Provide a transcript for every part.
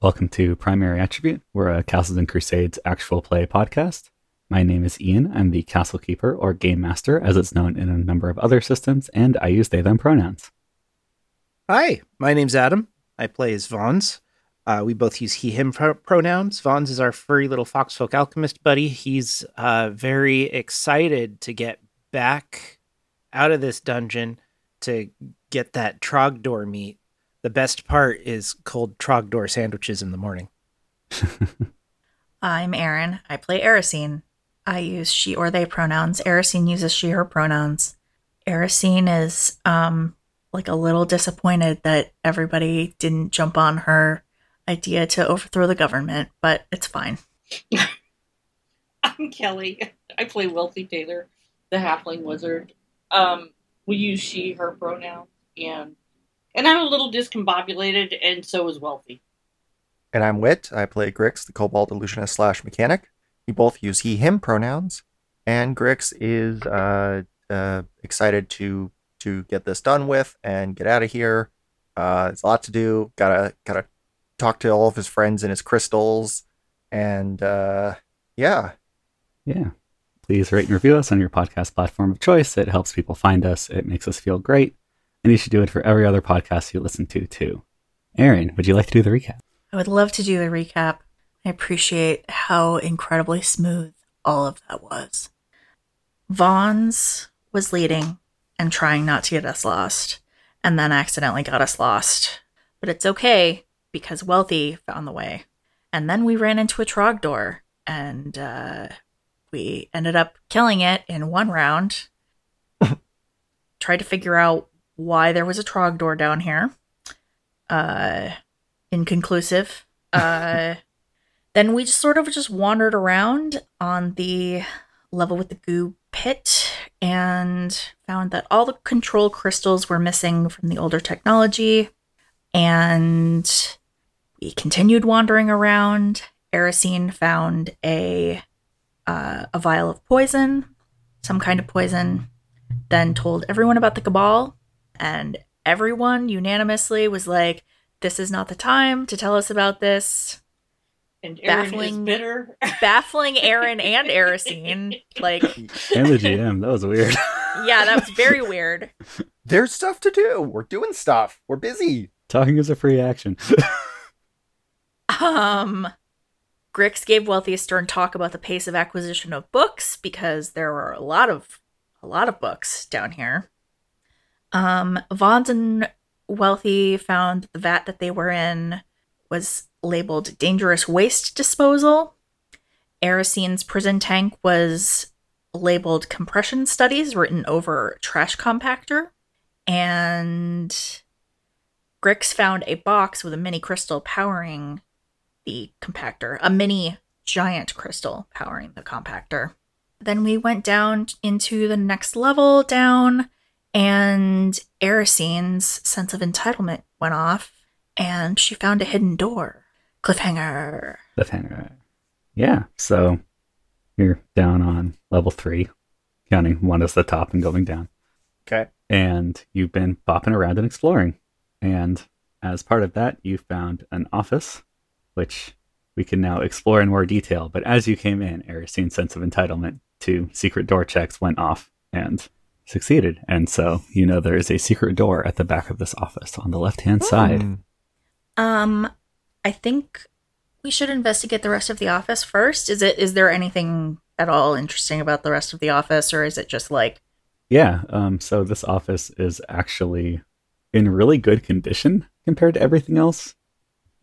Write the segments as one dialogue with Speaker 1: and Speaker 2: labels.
Speaker 1: Welcome to Primary Attribute. We're a Castles and Crusades actual play podcast. My name is Ian. I'm the Castle Keeper or Game Master, as it's known in a number of other systems, and I use they them pronouns.
Speaker 2: Hi, my name's Adam. I play as Vons. Uh, we both use he him pro- pronouns. Vons is our furry little foxfolk alchemist buddy. He's uh, very excited to get back out of this dungeon to get that Trogdor meat. The best part is cold Trogdor sandwiches in the morning.
Speaker 3: I'm Erin. I play Erisine. I use she or they pronouns. Erisine uses she her pronouns. Erisine is um like a little disappointed that everybody didn't jump on her idea to overthrow the government, but it's fine.
Speaker 4: I'm Kelly. I play Wealthy Taylor, the halfling wizard. Um, we use she, her pronoun, and and I'm a little discombobulated, and so is Wealthy.
Speaker 5: And I'm Wit. I play Grix, the Cobalt Illusionist slash mechanic. We both use he, him pronouns. And Grix is uh, uh, excited to to get this done with and get out of here. Uh, there's a lot to do. Gotta gotta talk to all of his friends and his crystals. And uh, yeah,
Speaker 1: Yeah. Please rate and review us on your podcast platform of choice. It helps people find us, it makes us feel great, and you should do it for every other podcast you listen to, too. Aaron, would you like to do the recap?
Speaker 3: I would love to do the recap. I appreciate how incredibly smooth all of that was. Vaughn's was leading and trying not to get us lost, and then accidentally got us lost. But it's okay because Wealthy found the way. And then we ran into a Trogdor and uh, we ended up killing it in one round. Tried to figure out why there was a Trogdor down here. Uh, inconclusive. Uh, then we just sort of just wandered around on the level with the goo pit and found that all the control crystals were missing from the older technology. And we continued wandering around. Erisine found a uh, a vial of poison, some kind of poison. Then told everyone about the cabal, and everyone unanimously was like, this is not the time to tell us about this.
Speaker 4: And Erin is
Speaker 3: Baffling.
Speaker 4: bitter.
Speaker 3: Baffling Aaron and Erisine. Like,
Speaker 1: And the GM. That was weird.
Speaker 3: yeah, that was very weird.
Speaker 5: there's stuff to do. We're doing stuff. We're busy.
Speaker 1: Talking is a free action.
Speaker 3: Um, Grix gave Wealthy a stern talk about the pace of acquisition of books because there were a lot of a lot of books down here. Um, Vons and Wealthy found that the vat that they were in was labeled dangerous waste disposal. Erisine's prison tank was labeled compression studies written over trash compactor. And Grix found a box with a mini crystal powering the compactor, a mini giant crystal powering the compactor. Then we went down into the next level down, and Erisine's sense of entitlement went off, and she found a hidden door. Cliffhanger.
Speaker 1: the Fenrir. Yeah, so you're down on level three, counting one as the top and going down.
Speaker 5: Okay.
Speaker 1: And you've been bopping around and exploring. And as part of that, you found an office, which we can now explore in more detail. But as you came in, Aristine's sense of entitlement to secret door checks went off and succeeded. And so you know there is a secret door at the back of this office on the left hand side.
Speaker 5: Hmm.
Speaker 3: Um, I think we should investigate the rest of the office first. Is it is there anything at all interesting about the rest of the office, or is it just like
Speaker 1: Yeah. Um, so this office is actually in really good condition compared to everything else.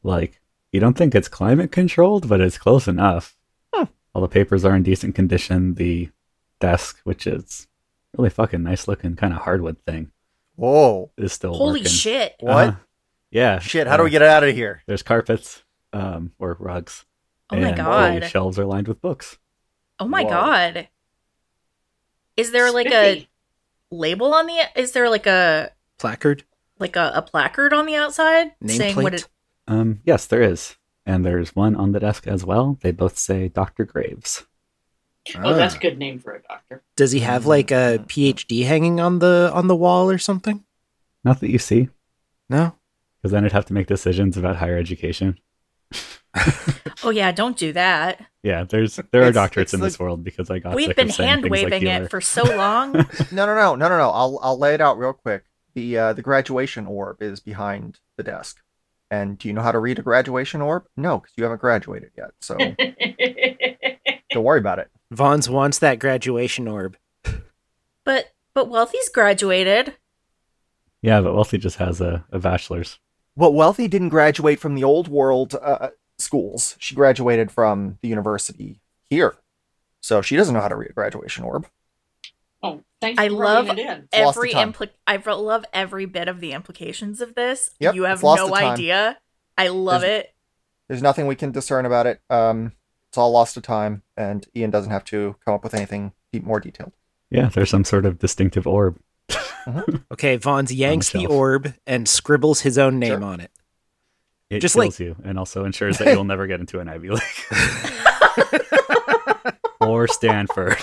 Speaker 1: Like, you don't think it's climate controlled, but it's close enough.
Speaker 5: Huh.
Speaker 1: All the papers are in decent condition. The desk, which is really fucking nice looking, kind of hardwood thing,
Speaker 5: Whoa.
Speaker 1: is still
Speaker 3: holy
Speaker 1: working.
Speaker 3: shit?
Speaker 5: What?
Speaker 1: Uh-huh. yeah. Uh,
Speaker 5: Shit. How do we get out of here?
Speaker 1: There's carpets um, or rugs.
Speaker 3: Oh my
Speaker 1: and the
Speaker 3: God.
Speaker 1: shelves are lined with books.
Speaker 3: Oh my
Speaker 5: Whoa.
Speaker 3: god. Is there like a label on the is there like a
Speaker 2: Placard.
Speaker 3: like a, a placard on the outside saying what
Speaker 2: Nameplate.
Speaker 3: it
Speaker 1: Um, yes, there is. And there's one on the desk as well. They both say Dr. Graves.
Speaker 4: Oh, that's a good name for a doctor.
Speaker 2: Does he have like
Speaker 3: Mm.
Speaker 2: a PhD hanging on the on the wall or something?
Speaker 1: Not that you see,
Speaker 2: No.
Speaker 1: because then I'd have to make decisions about higher education.
Speaker 3: Oh yeah, don't do that.
Speaker 1: Yeah, there's there are
Speaker 5: It's-
Speaker 1: doctorates
Speaker 5: it's
Speaker 1: in this
Speaker 5: the-
Speaker 1: world because I got
Speaker 3: We've
Speaker 1: sick
Speaker 3: been
Speaker 1: of saying
Speaker 3: hand
Speaker 1: things like
Speaker 3: waving
Speaker 1: healer.
Speaker 3: it for so long.
Speaker 5: No, no, no, no, no, no. I'll I'll lay it out real quick. The uh, the graduation orb is behind the desk. And do you know how to read a graduation orb? No, because you haven't graduated yet. So don't worry about it.
Speaker 2: Vaughn's wants that graduation orb.
Speaker 3: But but Wealthy's graduated.
Speaker 1: Yeah, but Wealthy just has a, a bachelor's.
Speaker 5: Well, Wealthy didn't graduate from the old world uh, schools. She graduated from the university here. So she doesn't know how to read a graduation orb.
Speaker 4: oh, thanks.
Speaker 3: I
Speaker 4: for
Speaker 3: love-
Speaker 4: rubbing it in.
Speaker 5: It's lost the
Speaker 3: every
Speaker 5: time.
Speaker 3: impli- I re- love every bit of the implications of this.
Speaker 5: Yep,
Speaker 3: you have
Speaker 5: it's lost
Speaker 3: no
Speaker 5: the time.
Speaker 3: idea. I love it.
Speaker 5: There's nothing we can discern about it. Um, it's all lost to time, and Ian doesn't have to come up with anything de- more detailed.
Speaker 1: Yeah, there's some sort of distinctive orb.
Speaker 2: Okay, Vaughn's yanks the
Speaker 1: shelf.
Speaker 2: orb and scribbles his own name
Speaker 5: Sure.
Speaker 2: on it.
Speaker 1: It
Speaker 2: Just
Speaker 1: kills you and also ensures that you'll never get into an Ivy League or Stanford.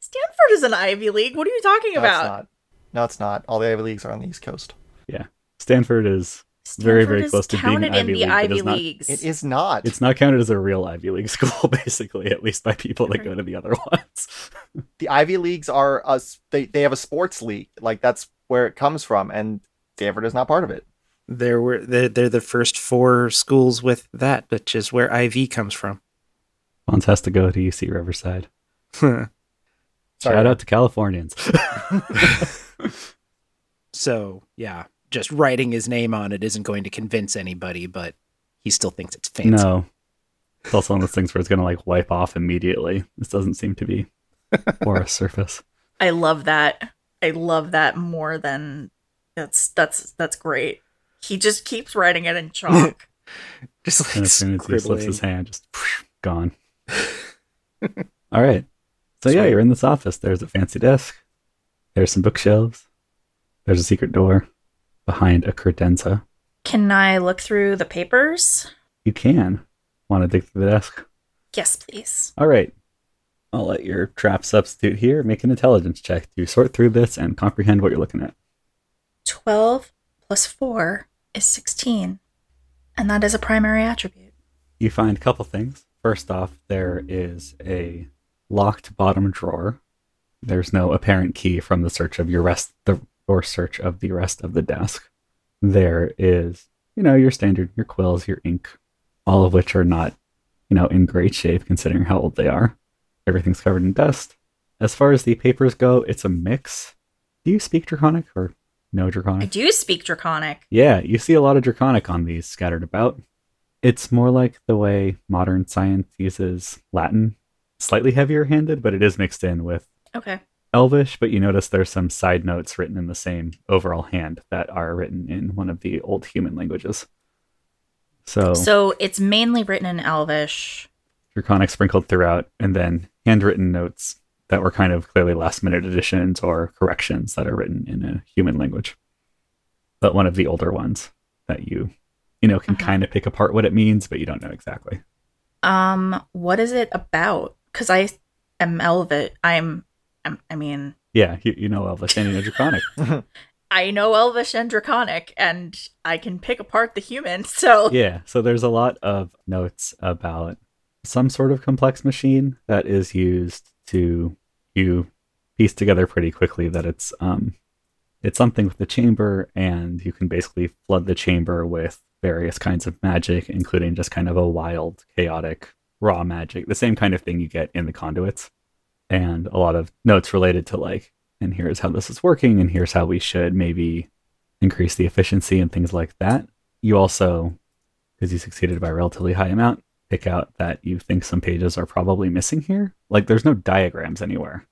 Speaker 3: Stanford is an Ivy League. What are you talking
Speaker 5: No, it's
Speaker 3: about?
Speaker 5: not. No, it's not. All the Ivy Leagues are on the East Coast.
Speaker 1: Stanford is very, very close to being an Ivy
Speaker 3: counted in
Speaker 1: League,
Speaker 3: the
Speaker 1: but
Speaker 3: Ivy
Speaker 1: it's not-
Speaker 3: Leagues.
Speaker 5: It is not.
Speaker 1: it's not counted as a real Ivy League school, basically, at least by people that go to the other ones.
Speaker 5: the Ivy Leagues are us. They they have a sports league. Like that's where it comes from, and Stanford is not part of it.
Speaker 2: There were they're, they're the first four schools with that, which is where IV comes from.
Speaker 1: Bonds has to go to UC Riverside.
Speaker 5: Sorry.
Speaker 1: Shout out to Californians.
Speaker 2: so yeah, just writing his name on it isn't going to convince anybody, but he still thinks it's fancy.
Speaker 1: No. It's also one of those things where it's going to like wipe off immediately. This doesn't seem to be porous surface.
Speaker 3: I love that. I love that more than that's that's that's great. He just keeps writing it in chalk.
Speaker 2: Just
Speaker 1: And
Speaker 2: like
Speaker 1: as soon as he
Speaker 2: scribbling.
Speaker 1: slips his hand, just gone. All right. So yeah,
Speaker 2: Sweet.
Speaker 1: you're in this office. There's a fancy desk. There's some bookshelves. There's a secret door behind a credenza.
Speaker 3: Can I look through the papers?
Speaker 1: You can want to dig through the desk.
Speaker 3: Yes, please.
Speaker 1: All right. I'll let your trap substitute here make an intelligence check to sort through this and comprehend what you're looking at.
Speaker 3: 12 plus 4 is 16. And that is a primary attribute.
Speaker 1: you find a couple things. First off, there is a locked bottom drawer. There's no apparent key from the search of your rest the or search of the rest of the desk. There is, you know, your standard, your quills, your ink, all of which are not, you know, in great shape considering how old they are. Everything's covered in dust. As far as the papers go, it's a mix. Do you speak draconic or no draconic?
Speaker 3: I do speak Draconic.
Speaker 1: Yeah, you see a lot of draconic on these scattered about. It's more like the way modern science uses Latin, slightly heavier handed, but it is mixed in with
Speaker 3: Okay.
Speaker 1: Elvish. But you notice there's some side notes written in the same overall hand that are written in one of the old human languages. So,
Speaker 3: So it's mainly written in Elvish.
Speaker 1: draconic sprinkled throughout, and then handwritten notes that were kind of clearly last minute additions or corrections that are written in a human language. But one of the older ones that you, you know, can
Speaker 3: Mhm.
Speaker 1: kind of pick apart what it means, but you don't know exactly.
Speaker 3: Um, what is it about? Because I am Elvish. I'm, I'm, I mean,
Speaker 1: Yeah, you, you know Elvish and you know draconic.
Speaker 3: I know Elvish and Draconic, and I can pick apart the human. So
Speaker 1: yeah, so there's a lot of notes about some sort of complex machine that is used to you piece together pretty quickly that it's um it's something with the chamber and you can basically flood the chamber with various kinds of magic including just kind of a wild chaotic raw magic the same kind of thing you get in the conduits and a lot of notes related to like and here's how this is working and here's how we should maybe increase the efficiency and things like that you also because you succeeded by a relatively high amount pick out that you think some pages are probably missing here like there's no diagrams anywhere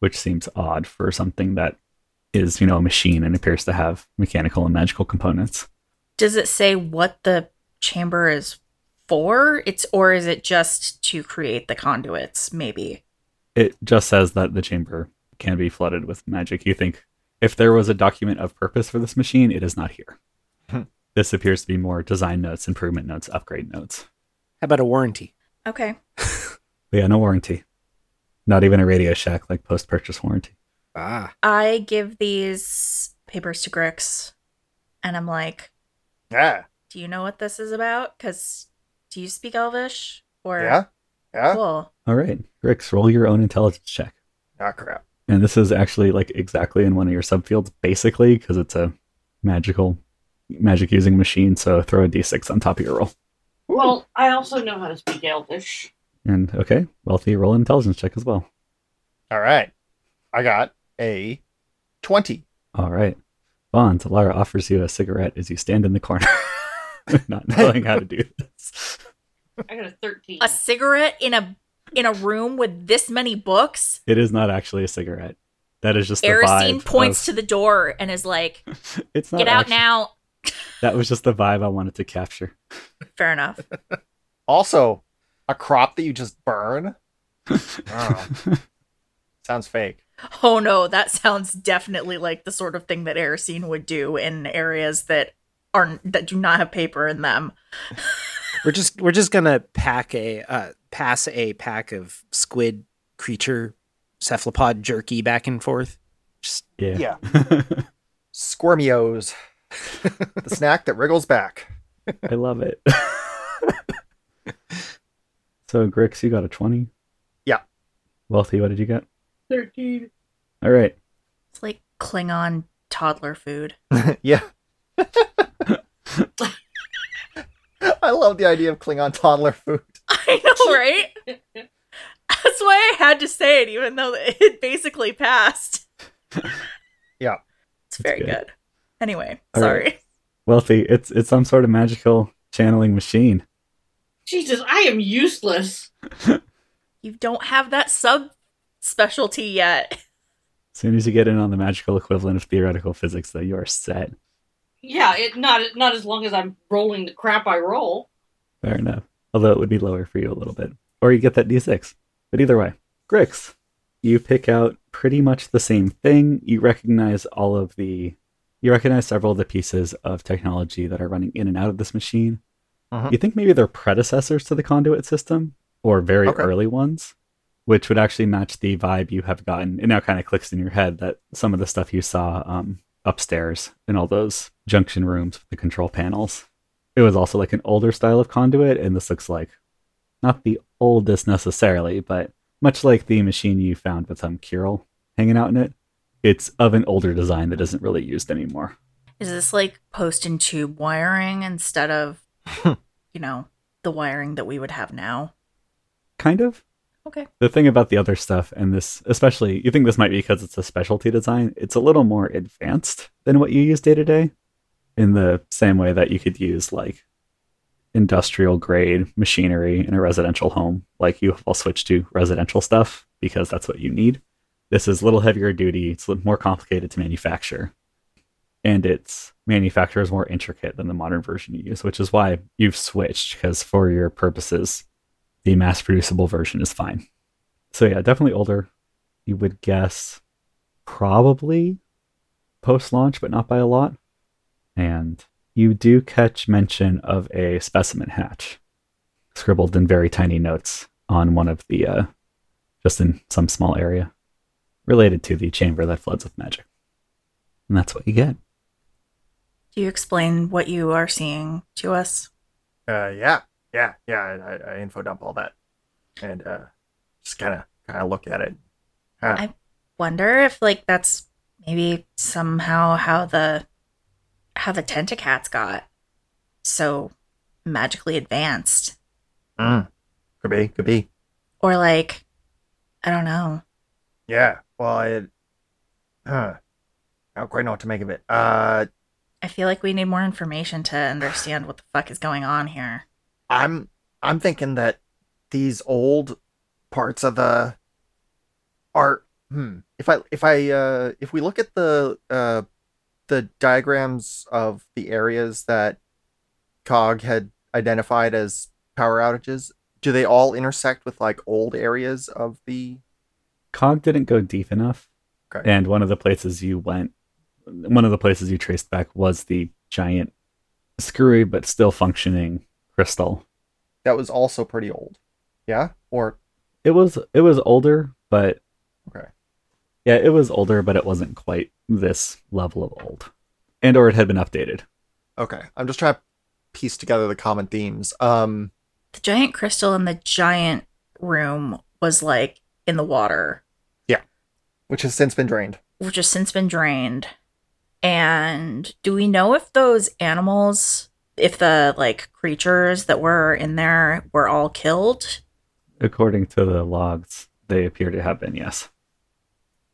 Speaker 1: which seems odd for something that is you know a machine and appears to have mechanical and magical components
Speaker 3: does it say what the chamber is for? It's or is it just to create the conduits? Maybe.
Speaker 1: it just says that the chamber can be flooded with magic you think if there was a document of purpose for this machine it is not here
Speaker 5: Hmm.
Speaker 1: this appears to be more design notes improvement notes upgrade notes
Speaker 2: How about a warranty?
Speaker 3: Okay.
Speaker 1: but yeah no warranty not even a radio shack like post purchase warranty
Speaker 2: Ah,
Speaker 3: I give these papers to Grix, and I'm like,
Speaker 5: yeah.
Speaker 3: Do you know what this is about? Because do you speak Elvish? Or
Speaker 5: Yeah. Yeah.
Speaker 3: cool.
Speaker 1: All right, Grix, roll your own intelligence check.
Speaker 5: Ah, crap.
Speaker 1: And this is actually like exactly in one of your subfields, basically, because it's a magical, magic using machine. So throw a d6 on top of your roll.
Speaker 4: Well, I also know how to speak Elvish.
Speaker 1: And okay, wealthy, roll an intelligence check as well.
Speaker 5: All right. I got a 20.
Speaker 1: All right. Bond, Lara offers you a cigarette as you stand in the corner, not knowing how to do this.
Speaker 4: I got a 13.
Speaker 3: A cigarette in a in a room with this many books?
Speaker 1: It is not actually a cigarette. That is just the
Speaker 3: Aristine
Speaker 1: vibe
Speaker 3: points
Speaker 1: of-
Speaker 3: to the door and is like,
Speaker 1: It's not
Speaker 3: "Get out
Speaker 1: actually-
Speaker 3: now."
Speaker 1: That was just the vibe I wanted to capture.
Speaker 3: Fair enough.
Speaker 5: Also, a crop that you just burn? Wow. Sounds fake.
Speaker 3: Oh no, that sounds definitely like the sort of thing that Aracene would do in areas that are that do not have paper in them.
Speaker 2: We're just we're just gonna pack a uh, pass a pack of squid creature cephalopod jerky back and forth.
Speaker 1: Yeah.
Speaker 5: Squirmios. the snack that wriggles back.
Speaker 1: I love it. so, Grix, you got a 20?
Speaker 5: Yeah.
Speaker 1: Wealthy, what did you get?
Speaker 4: 13.
Speaker 1: All right.
Speaker 3: It's like Klingon toddler food.
Speaker 5: yeah. I love the idea of Klingon toddler food.
Speaker 3: I know, right? That's why I had to say it, even though it basically passed.
Speaker 5: Yeah.
Speaker 3: It's very
Speaker 1: good.
Speaker 3: good. Anyway,
Speaker 1: All
Speaker 3: sorry.
Speaker 1: Wealthy, it's it's some sort of magical channeling machine.
Speaker 4: Jesus, I am useless.
Speaker 3: You don't have that sub specialty yet.
Speaker 1: As soon as you get in on the magical equivalent of theoretical physics, though, you are set.
Speaker 4: Yeah, it not not as long as I'm rolling the crap I roll.
Speaker 1: Fair enough. Although it would be lower for you a little bit. Or you get that d6. But either way, Grix, you pick out pretty much the same thing. You recognize all of the. You recognize several of the pieces of technology that are running in and out of this machine.
Speaker 5: Mhm.
Speaker 1: You think maybe they're predecessors to the conduit system or very
Speaker 5: Okay.
Speaker 1: early ones, which would actually match the vibe you have gotten. It now kind of clicks in your head that some of the stuff you saw um, upstairs in all those junction rooms with the control panels it was also like an older style of conduit, and this looks like not the oldest necessarily, but much like the machine you found with some Kirill hanging out in it, it's of an older design that isn't really used anymore.
Speaker 3: Is this like post and tube wiring instead of, you know, the wiring that we would have now?
Speaker 1: Kind of.
Speaker 3: Okay.
Speaker 1: The thing about the other stuff, and this especially, you think this might be because it's a specialty design, it's a little more advanced than what you use day to day, in the same way that you could use like industrial grade machinery in a residential home. Like you all switch to residential stuff because that's what you need. This is a little heavier duty, it's a little more complicated to manufacture. And its manufacture is more intricate than the modern version you use, which is why you've switched, because for your purposes, the mass producible version is fine. So yeah, definitely older. You would guess probably post launch, but not by a lot. And you do catch mention of a specimen hatch scribbled in very tiny notes on one of the uh, just in some small area related to the chamber that floods with magic. And that's what you get.
Speaker 3: Do you explain what you are seeing to us?
Speaker 5: Uh, yeah, yeah, yeah. I, I, I info dump all that, and uh, just kind of kind of look at it. Huh.
Speaker 3: I- Wonder if like that's maybe somehow how the how the tentacats got so magically advanced
Speaker 5: Mm. Could be, could be.
Speaker 3: or like I don't know.
Speaker 5: Yeah. Well, it. Huh. I don't quite know what to make of it. Uh,
Speaker 3: I feel like we need more information to understand what the fuck is going on here.
Speaker 5: I'm I'm thinking that these old parts of the are hmm. If I if I uh if we look at the uh the diagrams of the areas that Cog had identified as power outages, do they all intersect with like old areas of the
Speaker 1: Cog didn't go deep enough.
Speaker 5: Okay.
Speaker 1: And one of the places you went, one of the places you traced back was the giant, screwy but still functioning crystal.
Speaker 5: that was also pretty old. Yeah? Or
Speaker 1: It was it was older, but
Speaker 5: Okay.
Speaker 1: yeah, it was older, but it wasn't quite this level of old, and or it had been updated.
Speaker 5: okay. I'm just trying to piece together the common themes. Um,
Speaker 3: The giant crystal in the giant room was like in the water,
Speaker 5: which has since been drained.
Speaker 3: which has since been drained. And do we know if those animals, if the like creatures that were in there were all killed?
Speaker 1: According to the logs, they appear to have been, yes.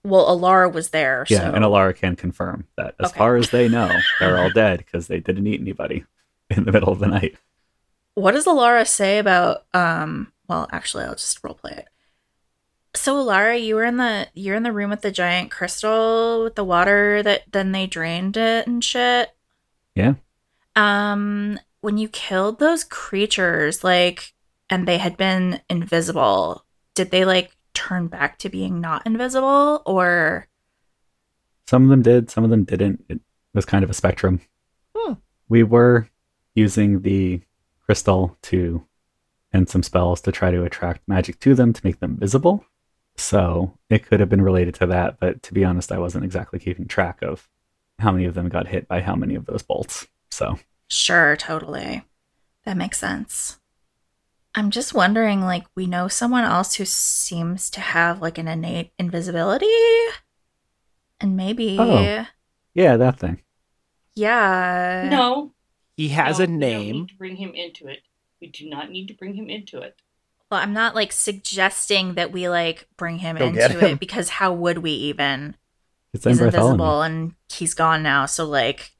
Speaker 3: Well, Alara was there.
Speaker 1: Yeah,
Speaker 3: so.
Speaker 1: and Alara can confirm that as
Speaker 3: Okay.
Speaker 1: far as they know, they're all dead because they didn't eat anybody in the middle of the night.
Speaker 3: what does Alara say about um well actually I'll just roleplay it. So Alara, you were in the you're in the room with the giant crystal with the water that then they drained it and shit.
Speaker 1: Yeah.
Speaker 3: Um when you killed those creatures like and they had been invisible, did they like turn back to being not invisible or
Speaker 1: Some of them did, some of them didn't. It was kind of a spectrum.
Speaker 5: Hmm.
Speaker 1: We were using the crystal to and some spells to try to attract magic to them to make them visible. So it could have been related to that, but to be honest, I wasn't exactly keeping track of how many of them got hit by how many of those bolts. So
Speaker 3: Sure, totally. That makes sense. I'm just wondering like we know someone else who seems to have like an innate invisibility and maybe
Speaker 1: Oh. yeah, that thing.
Speaker 3: yeah.
Speaker 4: No,
Speaker 2: He has
Speaker 4: Oh, no,
Speaker 2: a
Speaker 4: we don't
Speaker 2: name.
Speaker 4: need to bring him into it. We do not need to bring him into it.
Speaker 3: Well, I'm not like suggesting that we like bring him
Speaker 5: Go get
Speaker 3: into
Speaker 5: him.
Speaker 3: it because how would we even?
Speaker 1: It's
Speaker 3: He's
Speaker 1: Bartholomew.
Speaker 3: invisible and he's gone now, so like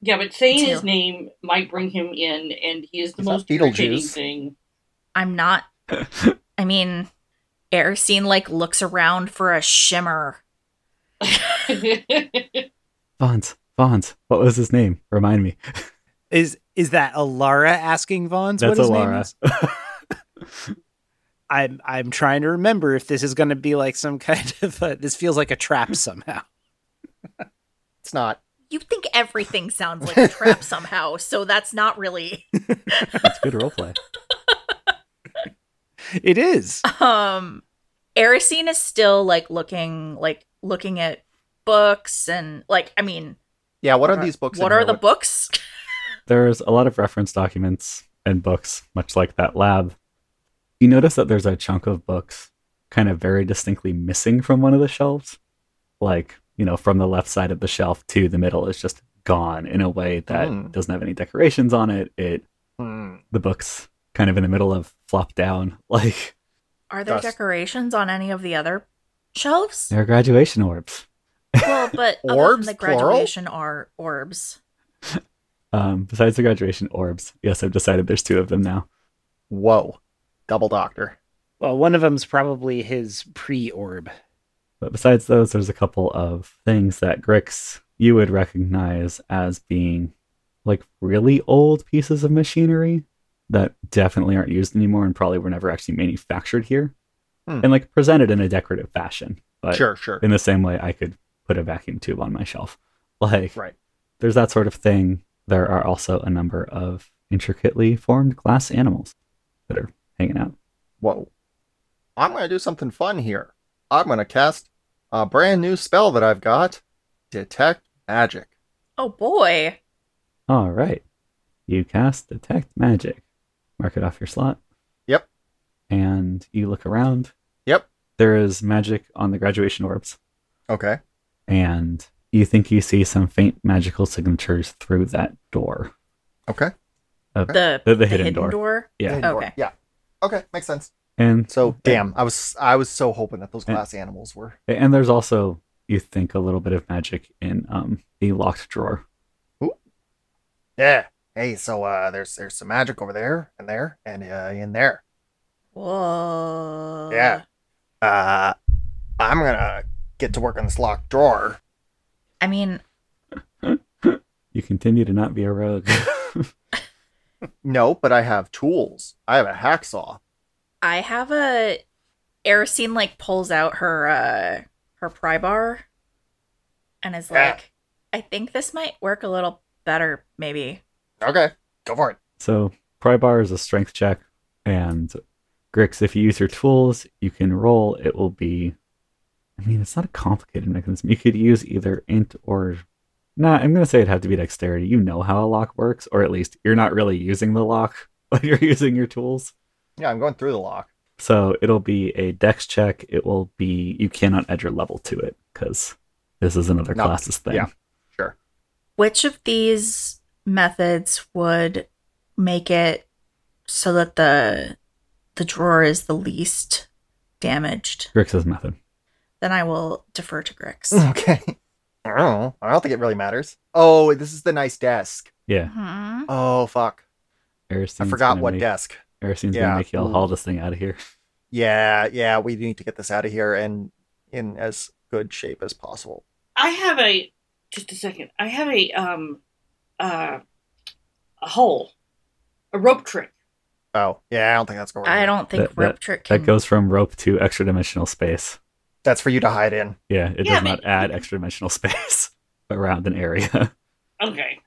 Speaker 4: Yeah, but saying
Speaker 3: Two.
Speaker 4: his name might bring him in, and he is the
Speaker 5: Is that
Speaker 4: most
Speaker 5: Beetlejuice?
Speaker 4: irritating thing.
Speaker 3: I'm not I mean Erisine like looks around for a shimmer.
Speaker 1: Vons, Vons. What was his name? Remind me.
Speaker 2: Is is that Alara asking Vons
Speaker 1: That's
Speaker 2: what his name
Speaker 1: Alara.
Speaker 2: is? I'm I'm trying to remember if this is going to be like some kind of a, this feels like a trap somehow.
Speaker 5: It's not.
Speaker 3: You think everything sounds like a trap somehow, so that's not really
Speaker 1: That's good roleplay.
Speaker 2: It is.
Speaker 3: um Erisine is still like looking like looking at books and like I mean
Speaker 5: Yeah, what are these books?
Speaker 3: what
Speaker 5: in
Speaker 3: are
Speaker 5: here?
Speaker 3: the books?
Speaker 1: There's a lot of reference documents and books, much like that lab. You notice that there's a chunk of books kind of very distinctly missing from one of the shelves. Like, you know, from the left side of the shelf to the middle is just gone in a way that
Speaker 5: Mm.
Speaker 1: doesn't have any decorations on it. It
Speaker 5: Hmm.
Speaker 1: the books kind of in the middle of flop down like
Speaker 3: Are there
Speaker 5: Dust.
Speaker 3: decorations on any of the other shelves?
Speaker 1: they're graduation orbs.
Speaker 3: Well, but other than
Speaker 5: Orbs,
Speaker 3: the
Speaker 5: plural?
Speaker 3: graduation are orbs.
Speaker 1: Um, besides the graduation orbs, yes, I've decided there's two of them now.
Speaker 5: Whoa, double doctor.
Speaker 2: Well, one of them's probably his pre-orb.
Speaker 1: But besides those, there's a couple of things that Grix you would recognize as being like really old pieces of machinery that definitely aren't used anymore and probably were never actually manufactured here
Speaker 5: Hmm.
Speaker 1: and like presented in a decorative fashion. But
Speaker 5: sure, sure.
Speaker 1: in the same way, I could put a vacuum tube on my shelf. Like,
Speaker 5: Right.
Speaker 1: there's that sort of thing. There are also a number of intricately formed glass animals that are hanging out.
Speaker 5: Whoa. I'm going to do something fun here. I'm going to cast a brand new spell that I've got Detect Magic.
Speaker 3: Oh boy.
Speaker 1: All right. You cast Detect Magic. Mark it off your slot.
Speaker 5: Yep.
Speaker 1: And you look around.
Speaker 5: Yep.
Speaker 1: There is magic on the graduation orbs,
Speaker 5: Okay.
Speaker 1: and you think you see some faint magical signatures through that door.
Speaker 5: Okay.
Speaker 3: The
Speaker 1: The, the, hidden, door. Yeah.
Speaker 5: Indoor.
Speaker 3: Okay.
Speaker 5: Yeah. Okay. Makes sense.
Speaker 1: And
Speaker 5: So, damn, I was I was so hoping that those
Speaker 1: Yeah.
Speaker 5: glass animals were.
Speaker 1: and there's also you think a little bit of magic in um the locked drawer.
Speaker 5: Yeah. Hey, so uh, there's there's some magic over there and there and uh, in there.
Speaker 3: Whoa.
Speaker 5: Yeah. Uh, I'm gonna get to work on this locked drawer.
Speaker 3: I mean,
Speaker 1: You continue to not be a rogue.
Speaker 5: No, but I have tools. I have a hacksaw.
Speaker 3: I have a Erisine like pulls out her uh her pry bar and is
Speaker 5: Yeah.
Speaker 3: like, I think this might work a little better, maybe.
Speaker 5: Okay, go for it.
Speaker 1: So pry bar is a strength check, and Grix, if you use your tools, you can roll. It will be, I mean, it's not a complicated mechanism. You could use either int or Nah, I'm gonna say it'd have to be dexterity. You know how a lock works, or at least you're not really using the lock, but you're using your tools.
Speaker 5: Yeah, I'm going through the lock.
Speaker 1: So it'll be a dex check. It will be you cannot add your level to it because this is another
Speaker 5: No.
Speaker 1: class's thing.
Speaker 5: Yeah. Sure.
Speaker 3: Which of these methods would make it so that the the drawer is the least damaged?
Speaker 1: Grix's method.
Speaker 3: Then I will defer to Grix.
Speaker 5: Okay. I don't know. I don't think it really matters. Oh, this is the nice desk.
Speaker 1: Yeah.
Speaker 3: Hmm.
Speaker 5: Oh fuck.
Speaker 1: Aristine's
Speaker 5: I forgot
Speaker 1: gonna
Speaker 5: what
Speaker 1: make,
Speaker 5: desk.
Speaker 1: Aristine's
Speaker 5: Yeah.
Speaker 1: gonna make y'all haul this thing out of here.
Speaker 5: Yeah, yeah, we need to get this out of here and in as good shape as possible.
Speaker 4: I have a just a second. I have a um uh a hole, a rope trick.
Speaker 5: Oh, yeah, I don't think that's going to work.
Speaker 3: I don't think
Speaker 1: That-
Speaker 3: rope trick can
Speaker 1: That goes from rope to extra dimensional space.
Speaker 5: That's for you to hide in.
Speaker 1: Yeah, it
Speaker 4: Yeah,
Speaker 1: does
Speaker 4: but-
Speaker 1: not add extra dimensional space around an area.
Speaker 4: Okay.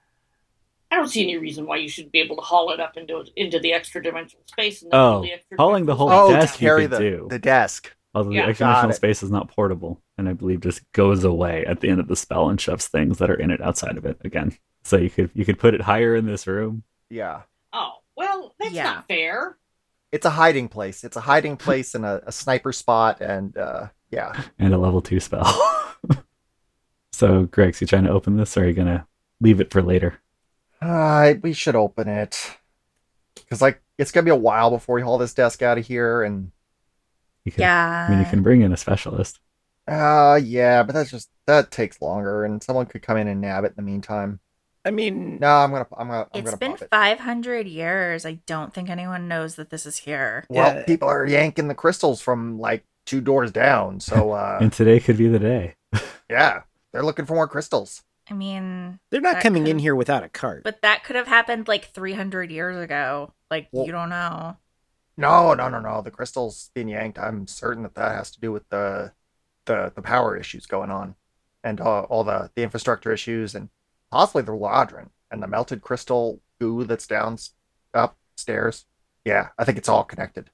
Speaker 4: I don't see any reason why you should be able to haul it up into into the extra dimensional space. And then
Speaker 1: Oh,
Speaker 4: pull the extra
Speaker 1: hauling the
Speaker 4: dimensional
Speaker 1: whole
Speaker 4: space
Speaker 5: Oh,
Speaker 1: desk
Speaker 5: to
Speaker 4: down.
Speaker 1: you
Speaker 5: carry
Speaker 1: could
Speaker 5: the,
Speaker 1: do.
Speaker 5: the desk.
Speaker 1: Although
Speaker 4: Yeah,
Speaker 1: the extra
Speaker 5: got
Speaker 1: dimensional
Speaker 5: it.
Speaker 1: space is not portable, and I believe just goes away at the end of the spell and shoves things that are in it outside of it again. So you could you could put it higher in this room.
Speaker 5: Yeah.
Speaker 4: Oh well, that's
Speaker 3: Yeah.
Speaker 4: not fair.
Speaker 5: It's a hiding place. It's a hiding place and a, a sniper spot and uh yeah.
Speaker 1: and a level two spell. so, Gregs, you trying to open this, or are you gonna leave it for later?
Speaker 5: Uh, we should open it. Cause like it's gonna be a while before we haul this desk out of here and
Speaker 1: You can,
Speaker 3: Yeah.
Speaker 1: I mean, you can bring in a specialist.
Speaker 5: uh yeah, but that's just that takes longer and someone could come in and nab it in the meantime.
Speaker 2: I mean,
Speaker 5: No, I'm gonna I'm gonna I'm
Speaker 3: It's
Speaker 5: gonna
Speaker 3: been
Speaker 5: pop it.
Speaker 3: 500 years. I don't think anyone knows that this is here.
Speaker 5: Well,
Speaker 2: Yeah.
Speaker 5: people are yanking the crystals from like two doors down. So uh
Speaker 1: and today could be the day.
Speaker 5: yeah, they're looking for more crystals.
Speaker 3: I mean,
Speaker 2: they're not
Speaker 3: That
Speaker 2: coming in
Speaker 3: could've-
Speaker 2: here without a cart.
Speaker 3: but that could have happened like 300 years ago. Like,
Speaker 5: Well-
Speaker 3: you don't know.
Speaker 5: No, no, no, no. The crystals being yanked. I'm certain that that has to do with the the the power issues going on, and uh, all the the infrastructure issues, and possibly the ladron and the melted crystal goo that's down upstairs. Yeah, I think it's all connected.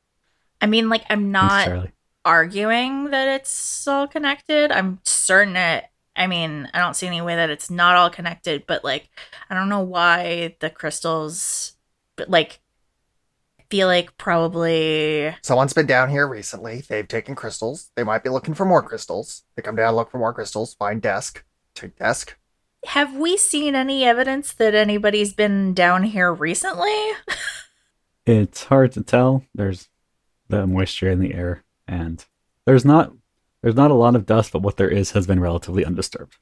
Speaker 3: I mean, like, I'm
Speaker 1: Thanks,
Speaker 3: not
Speaker 1: Charlie.
Speaker 3: arguing that it's all connected. I'm certain it. I mean, I don't see any way that it's not all connected, but like, I don't know why the crystals, but like, I feel like probably
Speaker 5: Someone's been down here recently. They've taken crystals. They might be looking for more crystals. They come down, look for more crystals, find desk, take desk.
Speaker 3: have we seen any evidence that anybody's been down here recently?
Speaker 1: It's hard to tell. There's the moisture in the air, and there's not there's not a lot of dust, but what there is has been relatively undisturbed.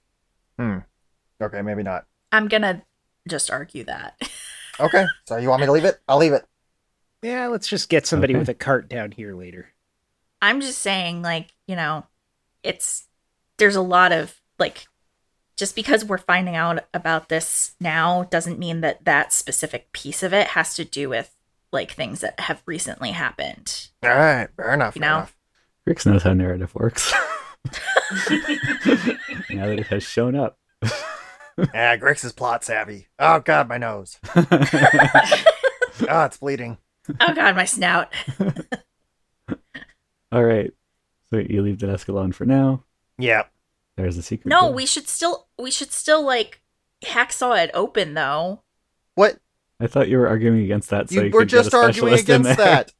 Speaker 5: Okay, maybe not.
Speaker 3: I'm gonna just argue that.
Speaker 5: Okay, so you want me to leave it? I'll leave it.
Speaker 2: Yeah, let's just get somebody
Speaker 1: Okay.
Speaker 2: with a cart down here later.
Speaker 3: I'm just saying, like, you know, it's there's a lot of like just because we're finding out about this now doesn't mean that that specific piece of it has to do with like things that have recently happened.
Speaker 5: All right, fair enough.
Speaker 3: You
Speaker 5: Fair
Speaker 3: know?
Speaker 5: enough.
Speaker 1: Grix knows how narrative works. now that it has shown up.
Speaker 5: Yeah, Grix is plot savvy. Oh god, my nose. Ah, it's bleeding.
Speaker 3: oh god, my snout.
Speaker 1: All right. So you leave the desk alone for now.
Speaker 5: Yeah.
Speaker 1: There's a secret.
Speaker 3: No,
Speaker 1: door.
Speaker 3: we should still we should still like hacksaw it open though.
Speaker 5: What?
Speaker 1: I thought you were arguing against that. So
Speaker 5: you
Speaker 1: you
Speaker 5: were
Speaker 1: could get a
Speaker 5: just arguing
Speaker 1: specialist in
Speaker 5: against
Speaker 1: there.
Speaker 5: that.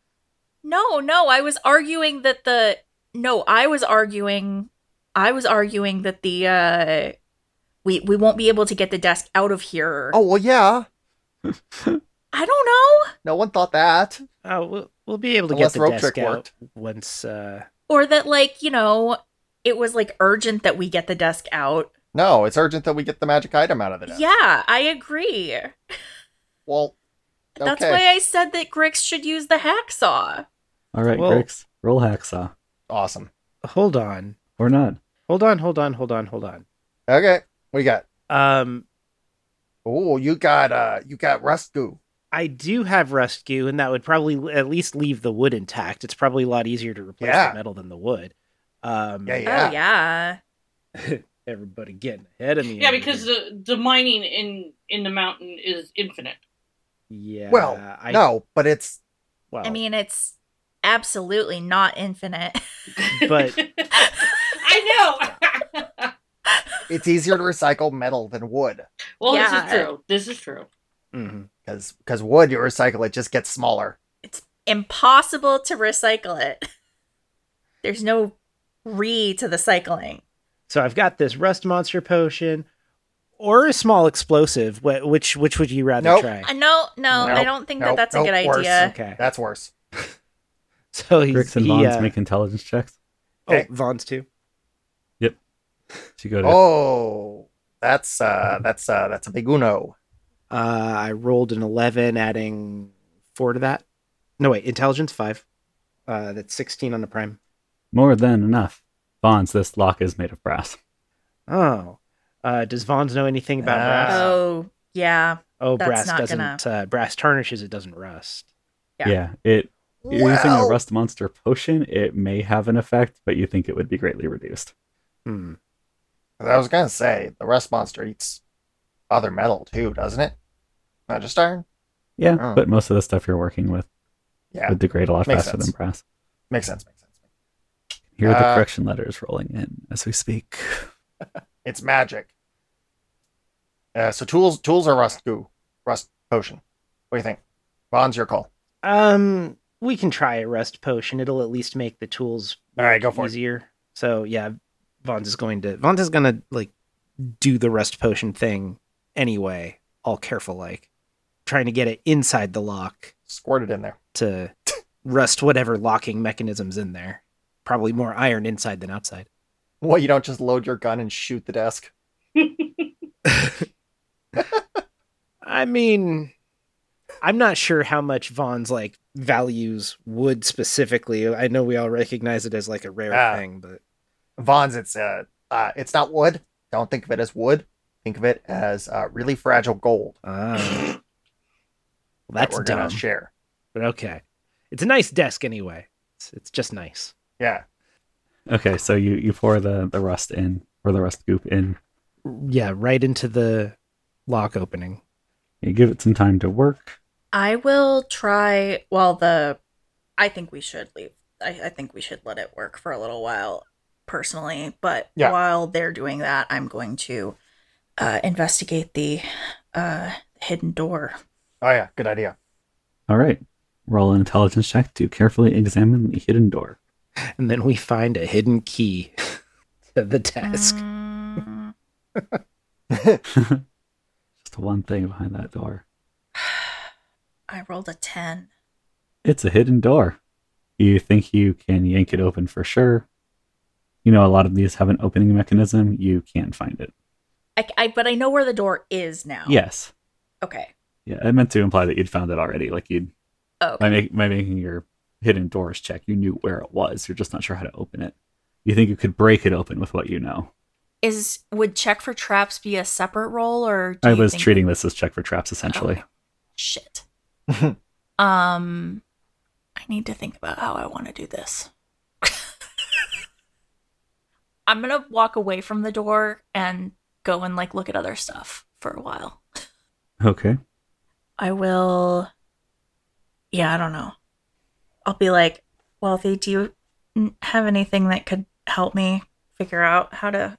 Speaker 3: No, no, I was arguing that the no, I was arguing I was arguing that the uh we we won't be able to get the desk out of here.
Speaker 5: Oh well, yeah.
Speaker 3: I don't know.
Speaker 5: No one thought that.
Speaker 2: Oh, we'll, we'll be able to get
Speaker 5: Unless
Speaker 2: the
Speaker 5: rope
Speaker 2: desk
Speaker 5: trick
Speaker 2: out
Speaker 5: worked.
Speaker 2: once. Uh,
Speaker 3: Or that like, you know, it was like urgent that we get the desk out.
Speaker 5: No, it's urgent that we get the magic item out of the desk.
Speaker 3: Yeah, I agree.
Speaker 5: Well, okay.
Speaker 3: That's why I said that Grix should use the hacksaw.
Speaker 1: All right,
Speaker 2: Well-
Speaker 1: Grix, roll hacksaw
Speaker 5: awesome.
Speaker 2: hold on,
Speaker 1: or not?
Speaker 2: hold on, hold on, hold on, hold on.
Speaker 5: Okay, what you got?
Speaker 2: Um,
Speaker 5: Oh, you got uh, you got rust goo.
Speaker 2: I do have rescue, and that would probably l- at least leave the wood intact. It's probably a lot easier to replace
Speaker 5: Yeah.
Speaker 2: the metal than the wood. Um,
Speaker 5: Yeah, yeah.
Speaker 3: Oh yeah.
Speaker 2: Everybody getting ahead of me.
Speaker 4: Yeah,
Speaker 2: over
Speaker 4: because
Speaker 2: here.
Speaker 4: the the mining in in the mountain is infinite.
Speaker 2: yeah,
Speaker 5: well,
Speaker 2: I,
Speaker 5: no, but it's
Speaker 2: well,
Speaker 5: Oh.
Speaker 3: I mean it's absolutely not infinite.
Speaker 2: But-
Speaker 4: I know.
Speaker 5: It's easier to recycle metal than wood
Speaker 4: Well,
Speaker 3: Yeah.
Speaker 4: this is true. This is true.
Speaker 2: Mhm.
Speaker 5: because because wood you recycle it just gets smaller.
Speaker 3: Impossible to recycle it. There's no re to the cycling.
Speaker 2: So I've got this rust monster potion or a small explosive. Wh- Which which would you rather
Speaker 5: Nope.
Speaker 2: try?
Speaker 3: Uh, no, no,
Speaker 5: Nope,
Speaker 3: I don't think
Speaker 5: nope,
Speaker 3: that that's
Speaker 5: nope,
Speaker 3: a good
Speaker 5: worse.
Speaker 3: idea.
Speaker 2: Okay.
Speaker 5: That's worse.
Speaker 2: So he's,
Speaker 1: Grix and
Speaker 2: he,
Speaker 1: Bonds
Speaker 2: uh,
Speaker 1: make intelligence checks.
Speaker 2: oh, Vaughn's too.
Speaker 1: She go to
Speaker 5: Oh, that's uh that's uh that's a big uno.
Speaker 2: Uh, I rolled an eleven, adding four to that. No wait, intelligence five. Uh, that's sixteen on the prime.
Speaker 1: more than enough. Bonds, this lock is made of brass.
Speaker 2: Oh, uh, does Vaughn's know anything about
Speaker 5: Ah.
Speaker 2: brass?
Speaker 3: Oh, yeah.
Speaker 2: Oh,
Speaker 3: That's
Speaker 2: brass
Speaker 3: not
Speaker 2: doesn't.
Speaker 3: gonna-
Speaker 2: Uh, brass tarnishes; it doesn't rust.
Speaker 3: Yeah.
Speaker 1: Yeah, it you're using a
Speaker 5: Well,
Speaker 1: rust monster potion. It may have an effect, but you think it would be greatly reduced.
Speaker 2: Hmm.
Speaker 5: I was gonna say the rust monster eats other metal too, doesn't it? Not just iron.
Speaker 1: Yeah,
Speaker 5: Oh.
Speaker 1: but most of the stuff you're working with
Speaker 5: Yeah,
Speaker 1: would degrade a lot
Speaker 5: Makes
Speaker 1: faster
Speaker 5: sense.
Speaker 1: than brass.
Speaker 5: makes sense. Makes sense.
Speaker 1: Here are the
Speaker 5: Uh,
Speaker 1: correction letters rolling in as we speak.
Speaker 5: It's magic. Uh, so tools tools are rust goo, rust potion. What do you think? Bond's your call.
Speaker 2: Um, we can try a rust potion. It'll at least make the tools
Speaker 5: All right, go for it.
Speaker 2: easier. So yeah, Vaughn's is going to Vaughn's is gonna like do the rust potion thing anyway, all careful like, trying to get it inside the lock
Speaker 5: Squirt it in there.
Speaker 2: to rust whatever locking mechanisms in there. Probably more iron inside than outside.
Speaker 5: Well, you don't just load your gun and shoot the desk.
Speaker 2: I mean, I'm not sure how much Vaughn's like values wood specifically. I know we all recognize it as like a rare
Speaker 5: Ah.
Speaker 2: thing, but
Speaker 5: Vaughn's, it's uh, uh, it's not wood. Don't think of it as wood. Think of it as uh, really fragile gold.
Speaker 2: ah, that's
Speaker 5: that we're
Speaker 2: dumb.
Speaker 5: gonna share.
Speaker 2: But okay, it's a nice desk anyway. It's, it's just nice.
Speaker 5: Yeah,
Speaker 1: Okay, so you you pour the the rust in or the rust goop in.
Speaker 2: Yeah, right into the lock opening.
Speaker 1: You give it some time to work.
Speaker 3: I will try. Well, the. I think we should leave. I, I think we should let it work for a little while, personally. But
Speaker 5: Yeah.
Speaker 3: while they're doing that, I'm going to uh, investigate the uh, hidden door.
Speaker 5: Oh yeah, good idea.
Speaker 1: All right, roll an intelligence check to carefully examine the hidden door.
Speaker 2: And then we find a hidden key to the desk.
Speaker 3: Mm,
Speaker 1: Just one thing behind that door.
Speaker 3: I rolled a 10.
Speaker 1: It's a hidden door. You think you can yank it open for sure. You know, a lot of these have an opening mechanism. You can't find it.
Speaker 3: I, I, but I know where the door is now.
Speaker 1: Yes.
Speaker 3: Okay.
Speaker 1: Yeah, I meant to imply that you'd found it already. Like you'd
Speaker 3: Oh,
Speaker 1: by, make, by making your hidden doors check, you knew where it was. You're just not sure how to open it. You think you could break it open with what you know.
Speaker 3: is would check for traps be a separate roll or? do
Speaker 1: I
Speaker 3: you
Speaker 1: was
Speaker 3: think-
Speaker 1: treating this as check for traps essentially.
Speaker 3: Okay. Oh, Shit. um, I need to think about how I want to do this. I'm gonna walk away from the door and go and like look at other stuff for a while.
Speaker 2: Oh.
Speaker 1: Okay.
Speaker 3: I will. Yeah, I don't know. I'll be like, Wealthy, do you n- have anything that could help me figure out how to?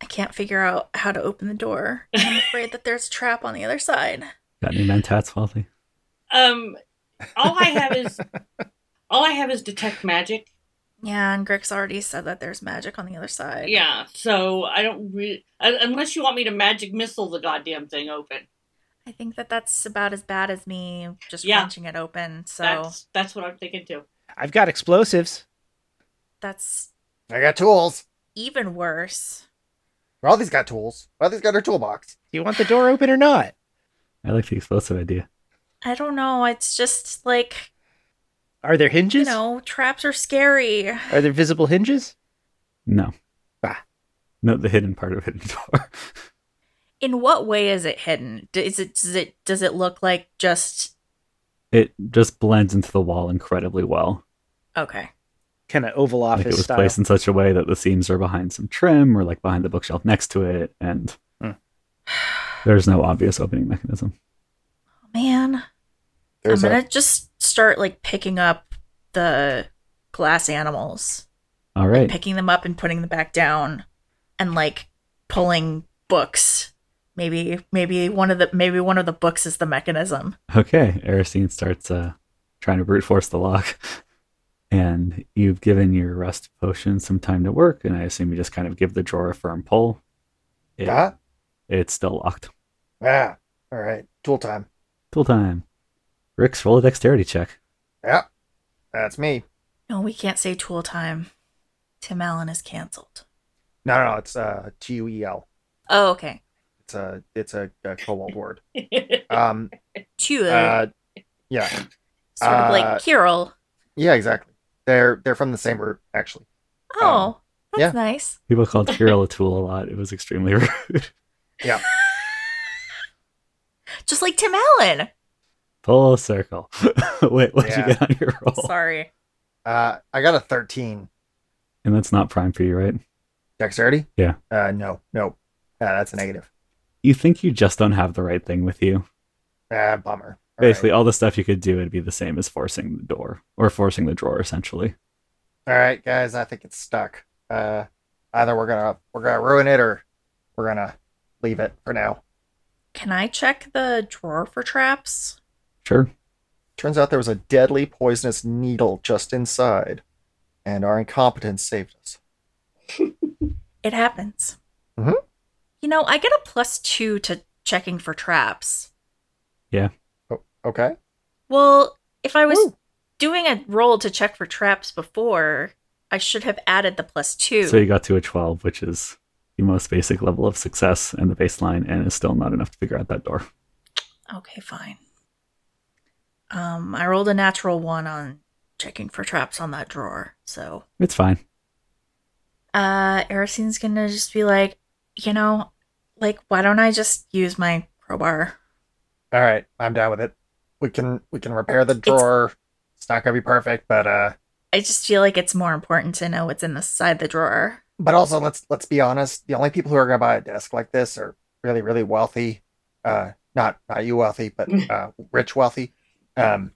Speaker 3: I can't figure out how to open the door. I'm afraid that there's a trap on the other side.
Speaker 1: Got any mentats, Wealthy?
Speaker 4: Um, all I have is all I have is detect magic.
Speaker 3: Yeah, and Grix already said that there's magic on the other side.
Speaker 4: Yeah, so I don't really unless you want me to magic missile the goddamn thing open.
Speaker 3: I think that that's about as bad as me just
Speaker 4: Yeah.
Speaker 3: wrenching it open. So that's,
Speaker 4: That's that's what I'm thinking too.
Speaker 2: I've got explosives.
Speaker 5: I got tools.
Speaker 3: even worse.
Speaker 5: Rothy's got tools. Rothy's got her toolbox.
Speaker 2: Do you want the door open or not?
Speaker 1: I like the explosive idea.
Speaker 3: I don't know. It's just like,
Speaker 2: Are there
Speaker 3: you
Speaker 2: hinges?
Speaker 3: know, traps are scary.
Speaker 2: Are there visible hinges?
Speaker 1: No.
Speaker 2: Bah.
Speaker 1: Note the hidden part of hidden door.
Speaker 3: in what way is it hidden? D- Is it does it does it look like just
Speaker 1: it just blends into the wall incredibly well.
Speaker 3: okay?
Speaker 2: Kind of Oval Office
Speaker 1: like it was
Speaker 2: style.
Speaker 1: placed in such a way that the seams are behind some trim or like behind the bookshelf next to it, and
Speaker 2: Hmm.
Speaker 1: there's no obvious opening mechanism.
Speaker 3: Oh, man,
Speaker 5: There's
Speaker 3: I'm
Speaker 5: a,
Speaker 3: gonna just start like picking up the glass animals,
Speaker 1: All right.
Speaker 3: picking them up and putting them back down, and like pulling books. Maybe maybe one of the maybe one of the books is the mechanism.
Speaker 1: Okay, Aristine starts uh, trying to brute force the lock, and you've given your rust potion some time to work, and I assume you just kind of give the drawer a firm pull. It-
Speaker 5: Yeah.
Speaker 1: It's still locked.
Speaker 5: Ah. All right. Tool time.
Speaker 1: Tool time. Rick's roll a dexterity check.
Speaker 5: Yeah. That's me.
Speaker 3: No, we can't say tool time. Tim Allen is canceled.
Speaker 5: No, no, no it's uh, T U E L.
Speaker 3: Oh, okay.
Speaker 5: It's a it's a, a cobalt word.
Speaker 4: It's
Speaker 5: Um.
Speaker 3: Chua,
Speaker 5: Uh, yeah.
Speaker 3: sort of
Speaker 5: uh,
Speaker 3: like Kirill.
Speaker 5: Yeah. Exactly. They're they're from the same root actually.
Speaker 3: Oh, that's
Speaker 5: yeah.
Speaker 3: nice.
Speaker 1: People called Kirill a tool a lot. It was extremely rude.
Speaker 3: Just like Tim Allen.
Speaker 1: Full circle. Wait, what'd
Speaker 5: Yeah.
Speaker 1: you get on your
Speaker 5: Oh.
Speaker 1: roll?
Speaker 3: Sorry.
Speaker 5: Uh, I got a thirteen
Speaker 1: And that's not prime for you, right?
Speaker 5: dexterity.
Speaker 1: Yeah.
Speaker 5: Uh, no, no. Uh, that's a negative.
Speaker 1: You think you just don't have the right thing with you.
Speaker 5: Ah, bummer. All right.
Speaker 1: Basically, all the stuff you could do would be the same as forcing the door or forcing the drawer, essentially.
Speaker 5: All right, guys, I think it's stuck. Uh, either we're gonna we're gonna ruin it or we're gonna leave it for now.
Speaker 3: Can I check the drawer for traps?
Speaker 1: Sure.
Speaker 5: Turns out there was a deadly poisonous needle just inside, and our incompetence saved us.
Speaker 3: It happens.
Speaker 5: Mhm.
Speaker 3: You know, I get a plus two to checking for traps.
Speaker 5: Oh, Okay.
Speaker 3: Well, if I was
Speaker 5: Woo.
Speaker 3: doing a roll to check for traps before, I should have added the plus two.
Speaker 1: So you got to a 12, which is the most basic level of success and the baseline, and is still not enough to figure out that door.
Speaker 3: okay, fine. Um, I rolled a natural one on checking for traps on that drawer. So,
Speaker 1: It's fine.
Speaker 3: uh, Aristine's gonna just be like, you know, like, why don't I just use my crowbar?
Speaker 5: All right, I'm down with it. We can we can repair the drawer. It's, not gonna be perfect, but uh,
Speaker 3: I just feel like it's more important to know what's in the side the drawer.
Speaker 5: but also let's let's be honest. The only people who are gonna buy a desk like this are really really wealthy. Uh, not not you wealthy, but uh, rich wealthy. Um,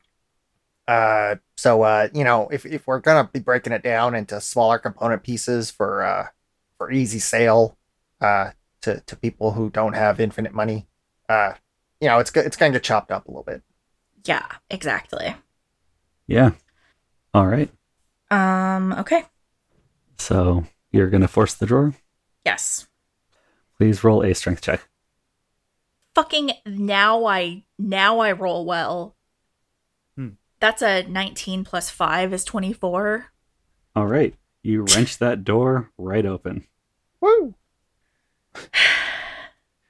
Speaker 5: uh, so uh, you know, if if we're gonna be breaking it down into smaller component pieces for uh for easy sale, uh, to to people who don't have infinite money, uh, you know, it's go- it's gonna get chopped up a little bit.
Speaker 3: Yeah, exactly.
Speaker 1: Yeah. All right.
Speaker 3: Um, okay.
Speaker 1: So you're going to force the drawer.
Speaker 3: Yes.
Speaker 1: Please roll a strength check.
Speaker 3: Fucking now I now I roll well.
Speaker 1: Hmm.
Speaker 3: That's a 19 plus 5 is 24.
Speaker 1: All right. You wrench that door right open.
Speaker 5: Woo!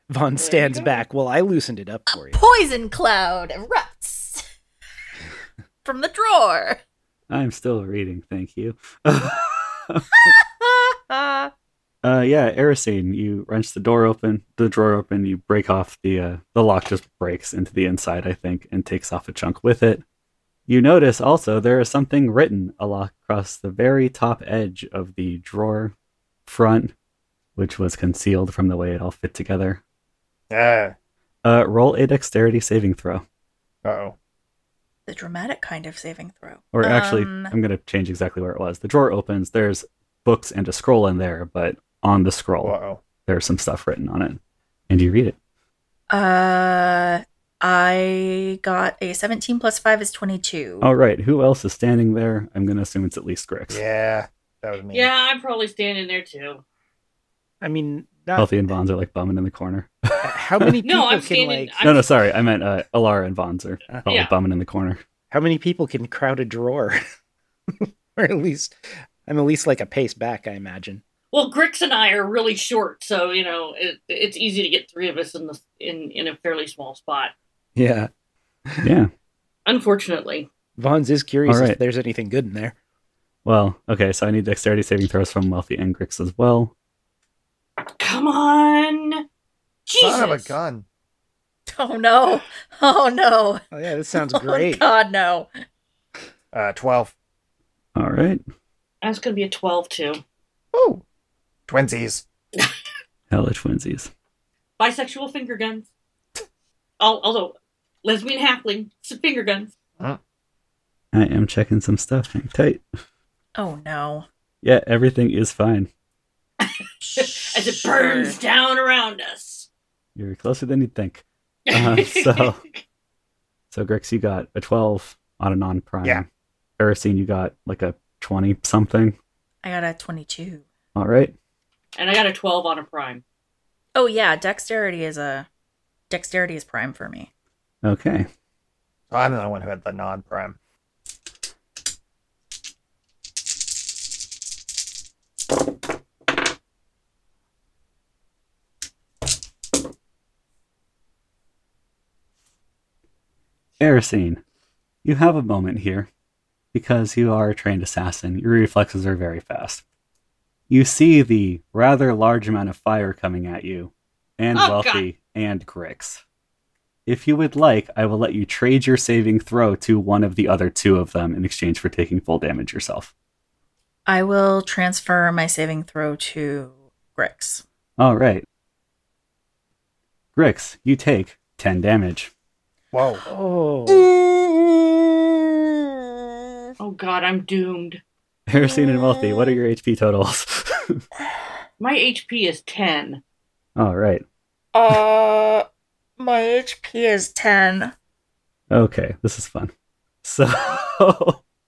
Speaker 2: Vaughn
Speaker 4: There you
Speaker 2: stands
Speaker 4: go.
Speaker 2: back. Well, I loosened it up for you.
Speaker 3: Poison cloud erupts from the drawer.
Speaker 1: I'm still reading, thank you. Uh, yeah, Erisine, you wrench the door open, the drawer open, you break off the uh, the lock just breaks into the inside, I think, and takes off a chunk with it. You notice also there is something written alo- across the very top edge of the drawer front, which was concealed from the way it all fit together.
Speaker 5: Yeah.
Speaker 1: Uh, roll a dexterity saving throw,
Speaker 5: Uh oh.
Speaker 3: the dramatic kind of saving throw.
Speaker 1: or actually,
Speaker 3: Um,
Speaker 1: I'm gonna change exactly where it was. The drawer opens. There's books and a scroll in there, but on the
Speaker 5: Uh
Speaker 1: scroll
Speaker 5: oh.
Speaker 1: there's some stuff written on it, and you read it.
Speaker 3: uh I got a 17 plus 5 is 22.
Speaker 1: All right, who else is standing there? I'm going to assume it's at least Grix.
Speaker 5: Yeah. That was me.
Speaker 4: yeah, I'm probably standing there too.
Speaker 2: I mean, not, Uh,
Speaker 1: Healthy and Vons are like bumming in the corner.
Speaker 2: how many people
Speaker 4: No, I'm
Speaker 2: can
Speaker 4: standing.
Speaker 2: like?
Speaker 4: I'm,
Speaker 1: no, no, sorry. I meant uh, Alara and Vons are
Speaker 5: Uh-huh.
Speaker 2: Uh,
Speaker 1: probably
Speaker 4: yeah.
Speaker 1: bumming in the corner.
Speaker 2: How many people can crowd a drawer? or at least, I'm at least like a pace back. I imagine.
Speaker 4: Well, Grix and I are really short, so you know it, it's easy to get three of us in the in in a fairly small spot.
Speaker 2: Yeah.
Speaker 1: Yeah.
Speaker 4: Unfortunately,
Speaker 2: Vaughn's is curious
Speaker 1: All right.
Speaker 2: if there's anything good in there.
Speaker 1: Well, okay, so I need dexterity saving throws from Wealthy and Grix as well.
Speaker 4: come on, Jesus!
Speaker 5: Son of a gun.
Speaker 3: Oh no. Oh no.
Speaker 2: Oh yeah, this sounds
Speaker 3: Oh,
Speaker 2: great.
Speaker 3: God no.
Speaker 5: Uh, twelve.
Speaker 1: All right.
Speaker 4: That's gonna be a twelve too.
Speaker 5: Oh, twinsies.
Speaker 1: Hella twinsies.
Speaker 4: Bisexual finger guns. Al- Although lesbian halfling, s- finger guns.
Speaker 1: I am checking some stuff. Hang tight.
Speaker 3: Oh no.
Speaker 1: Yeah, everything is fine.
Speaker 4: I as it
Speaker 3: Sure.
Speaker 4: burns down around us.
Speaker 1: You're closer than you'd think. Uh, so- So Grix, you got a twelve on a non-prime.
Speaker 5: Yeah.
Speaker 1: Erosine, you got like a twenty something.
Speaker 3: I got a 22.
Speaker 1: All right.
Speaker 4: and I got a 12 on a prime.
Speaker 3: Oh yeah, dexterity is a dexterity is prime for me.
Speaker 1: Okay.
Speaker 5: I'm the only one who had the non prime.
Speaker 1: Erosine, you have a moment here because you are a trained assassin. Your reflexes are very fast. You see the rather large amount of fire coming at you, and
Speaker 4: Oh,
Speaker 1: Wealthy and Grix. If you would like, I will let you trade your saving throw to one of the other two of them in exchange for taking full damage yourself.
Speaker 3: I will transfer my saving throw to Grix.
Speaker 1: All right. Grix, you take 10 damage.
Speaker 5: Whoa.
Speaker 2: Oh,
Speaker 4: Oh god, I'm doomed.
Speaker 1: Harrison and Wealthy, what are your HP totals?
Speaker 4: My HP is 10.
Speaker 1: All right.
Speaker 3: Uh my HP is 10.
Speaker 1: Okay, this is fun. So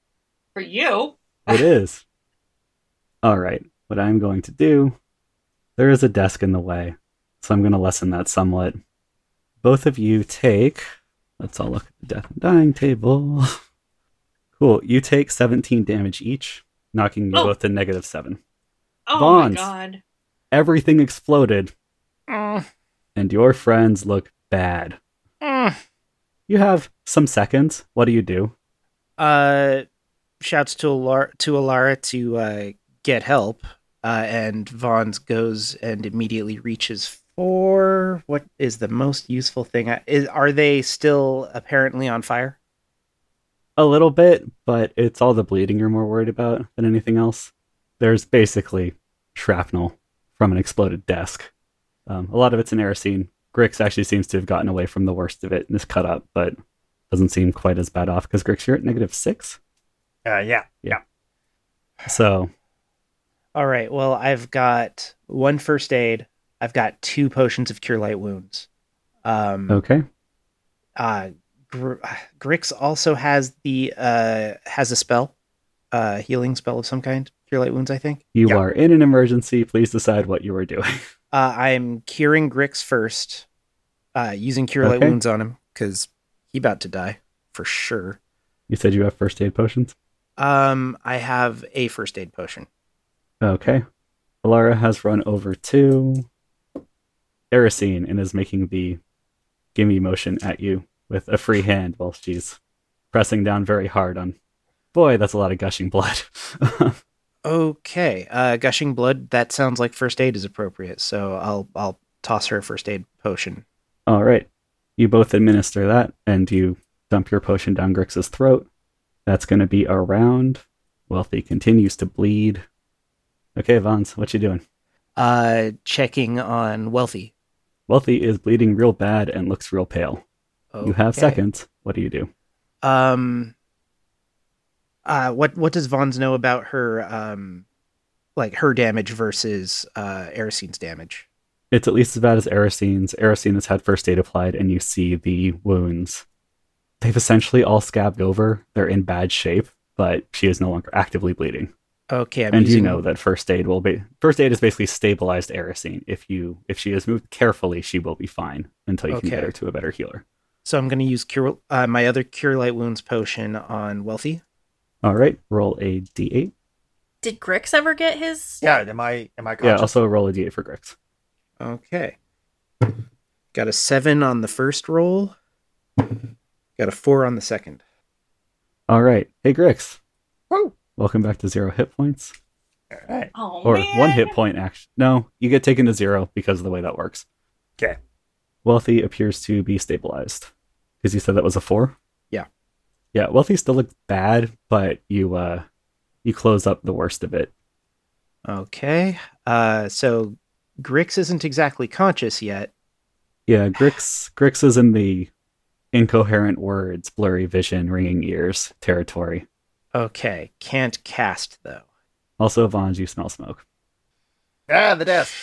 Speaker 4: For you?
Speaker 1: it is. All right. What I'm going to do, there is a desk in the way, so I'm going to lessen that somewhat. Both of you take. Let's all look at the death and dying table. Cool. You take 17 damage each, knocking you
Speaker 4: Oh.
Speaker 1: both to negative seven.
Speaker 4: Oh
Speaker 1: Bonds.
Speaker 4: my god.
Speaker 1: Everything exploded,
Speaker 2: Mm,
Speaker 1: and your friends look bad.
Speaker 2: mm.
Speaker 1: You have some seconds. What do you do?
Speaker 2: uh, shouts to Alara to Alara to uh, get help, uh, and Vons goes and immediately reaches for what is the most useful thing. I, is, are they still apparently on fire?
Speaker 1: A little bit, but it's all the bleeding you're more worried about than anything else. There's basically shrapnel from an exploded desk. Um, a lot of it's in Erosine. Grix actually seems to have gotten away from the worst of it and is cut up, but doesn't seem quite as bad off because Grix, you're at negative six.
Speaker 5: Uh, yeah.
Speaker 1: So,
Speaker 2: All right. Well, I've got one first aid. I've got two potions of cure light wounds. Um,
Speaker 1: okay.
Speaker 2: uh, Gr- Grix also has the uh, has a spell, uh, healing spell of some kind, cure light wounds. I think.
Speaker 1: You
Speaker 5: Yeah.
Speaker 1: are in an emergency. Please decide what you are doing.
Speaker 2: Uh, I'm curing Grix first, uh, using cure light
Speaker 1: Okay.
Speaker 2: wounds on him because he about to die for sure.
Speaker 1: you said you have first aid potions?
Speaker 2: Um, I have a first aid potion.
Speaker 1: Okay. Alara has run over to Erosine and is making the gimme motion at you with a free hand while she's pressing down very hard on. Boy, that's a lot of gushing blood.
Speaker 2: Okay, uh, gushing blood. That sounds like first aid is appropriate, so I'll I'll toss her a first aid potion.
Speaker 1: All right. You both administer that and you dump your potion down Grix's throat. That's going to be a round. Wealthy continues to bleed. Okay, Vons, what you doing?
Speaker 2: Uh, checking on wealthy.
Speaker 1: Wealthy is bleeding real bad and looks real pale. You have
Speaker 2: Okay.
Speaker 1: seconds. What do you do?
Speaker 2: Um. Uh, what what does Vons know about her um, like her damage versus uh Erisine's damage?
Speaker 1: It's at least as bad as Erosine's. Erosine has had first aid applied, and you see the wounds. They've essentially all scabbed over. They're in bad shape, but she is no longer actively bleeding.
Speaker 2: Okay, I'm
Speaker 1: and
Speaker 2: using
Speaker 1: you know that first aid will be first aid is basically stabilized Erosine. If you if she is moved carefully, she will be fine until you can get
Speaker 2: Okay.
Speaker 1: her to a better healer.
Speaker 2: So I'm going to use cure uh, my other cure light wounds potion on wealthy.
Speaker 1: All right, roll a d8.
Speaker 3: Did Grix ever get his
Speaker 5: Yeah. Am I? Am I?
Speaker 1: Yeah,
Speaker 5: Conscious?
Speaker 1: also roll a d8 for Grix.
Speaker 2: Okay, got a seven on the first roll. Got a four on the second.
Speaker 1: All right, hey Grix,
Speaker 5: Woo.
Speaker 1: welcome back to zero hit points
Speaker 5: All right.
Speaker 4: Oh
Speaker 1: or
Speaker 4: man.
Speaker 1: one hit point. Action. No, you get taken to zero because of the way that works.
Speaker 5: Okay.
Speaker 1: Wealthy appears to be stabilized. Because you said that was a four?
Speaker 2: Yeah.
Speaker 1: Yeah, Wealthy still looks bad, but you uh you close up the worst of it.
Speaker 2: Okay, uh, so Grix isn't exactly conscious yet.
Speaker 1: Yeah, Grix Grix is in the incoherent words, blurry vision, ringing ears territory.
Speaker 2: Okay, can't cast though.
Speaker 1: Also, Vons, you smell smoke.
Speaker 5: Ah, the desk.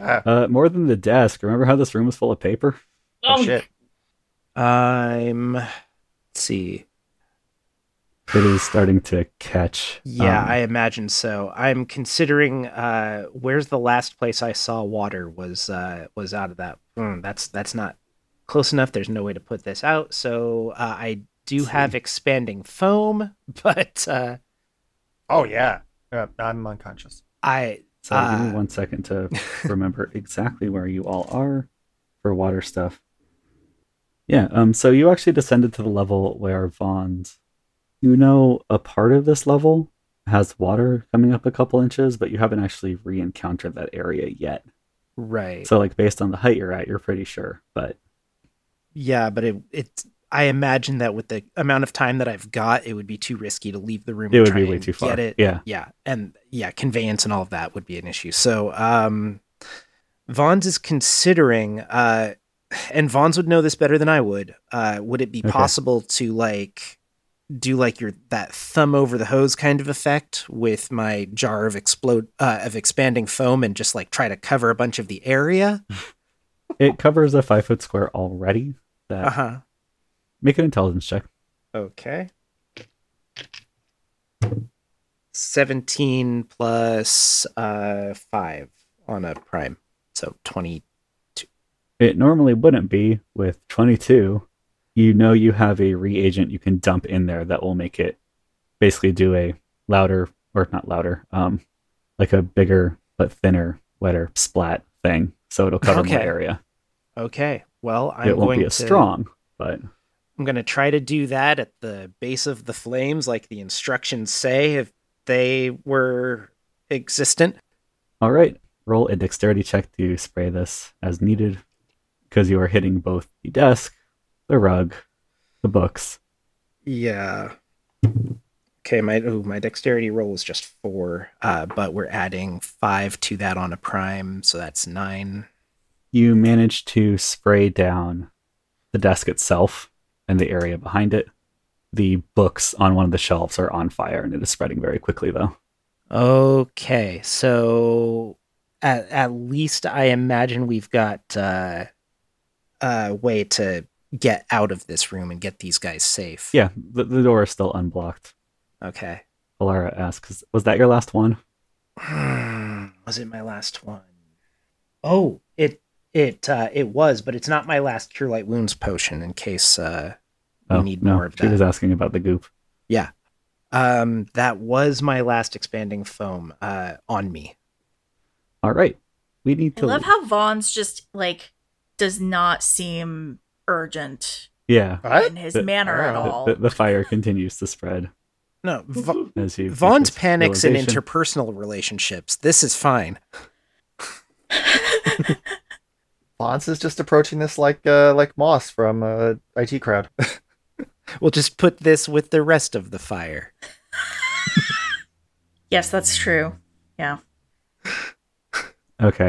Speaker 1: Uh, more than the desk. Remember how this room was full of paper?
Speaker 5: Oh,
Speaker 2: Um,
Speaker 5: shit.
Speaker 2: I'm. Let's see.
Speaker 1: It is starting to catch.
Speaker 2: Yeah,
Speaker 1: um,
Speaker 2: I imagine so. I'm considering uh where's the last place I saw water was uh was out of that. Mm, that's that's not close enough. There's no way to put this out. So uh, I do
Speaker 1: Let's
Speaker 2: have
Speaker 1: see.
Speaker 2: expanding foam, but uh
Speaker 5: Oh yeah. Uh, I'm unconscious.
Speaker 2: I
Speaker 1: So give me
Speaker 2: Ah.
Speaker 1: one second to remember exactly where you all are for water stuff. Yeah, um, so you actually descended to the level where Vaughn's. You know, a part of this level has water coming up a couple inches, but you haven't actually re encountered that area yet.
Speaker 2: right.
Speaker 1: So, like, based on the height you're at, you're pretty sure. But
Speaker 2: yeah, but it it's I imagine that with the amount of time that I've got, it would be too risky to leave the room.
Speaker 1: it
Speaker 2: and
Speaker 1: would
Speaker 2: try
Speaker 1: be way
Speaker 2: and
Speaker 1: too far.
Speaker 2: Get it.
Speaker 1: Yeah.
Speaker 2: yeah and yeah conveyance and all of that would be an issue so um vaughn's is considering uh and vaughn's would know this better than i would uh would it be
Speaker 1: Okay.
Speaker 2: possible to like do like your that thumb over the hose kind of effect with my jar of explode uh, of expanding foam and just like try to cover a bunch of the area
Speaker 1: It covers a five foot square already. That
Speaker 2: uh-huh
Speaker 1: Make an intelligence check.
Speaker 2: okay 17 plus uh 5 on a prime so 20
Speaker 1: It normally wouldn't be with 22. You know you have a reagent you can dump in there that will make it basically do a louder or not louder, um, like a bigger but thinner, wetter splat thing. So it'll cover more
Speaker 2: Okay.
Speaker 1: area.
Speaker 2: Okay. Well, I'm
Speaker 1: it won't
Speaker 2: going
Speaker 1: be as
Speaker 2: to
Speaker 1: strong, but
Speaker 2: I'm going to try to do that at the base of the flames, like the instructions say, if they were existent.
Speaker 1: all right. Roll a dexterity check to spray this as needed because you are hitting both the desk, the rug, the books.
Speaker 2: Yeah. Okay. My ooh, my dexterity roll is just four, uh, but we're adding five to that on a prime, so that's nine.
Speaker 1: you manage to spray down the desk itself and the area behind it. The books on one of the shelves are on fire and it is spreading very quickly, though.
Speaker 2: Okay, so at, at least I imagine we've got uh, a way to get out of this room and get these guys safe.
Speaker 1: Yeah, the, the door is still unblocked.
Speaker 2: Okay.
Speaker 1: Alara asks, Was that your last one?
Speaker 2: Hmm, was it my last one? Oh, it it uh, it was, but it's not my last cure light wounds potion. In case uh, we need more of
Speaker 1: Oh, she was
Speaker 2: that.
Speaker 1: asking about the goop.
Speaker 2: um, that was my last expanding foam uh, on me.
Speaker 1: All right. We need
Speaker 3: I
Speaker 1: to.
Speaker 3: love how Vaughn's just like does not seem urgent
Speaker 1: yeah.
Speaker 5: What?
Speaker 3: in his
Speaker 1: The-
Speaker 3: manner at
Speaker 5: wow.
Speaker 3: all.
Speaker 1: The, the fire continues to spread
Speaker 2: No, Va-
Speaker 1: as you.
Speaker 2: Vaughn's
Speaker 1: reach this
Speaker 2: panics in
Speaker 1: realization.
Speaker 2: interpersonal relationships. This is fine.
Speaker 5: Lance is just approaching this like uh, like Moss from uh, IT Crowd.
Speaker 2: We'll just put this with the rest of the fire.
Speaker 3: yes, that's true.
Speaker 1: Okay,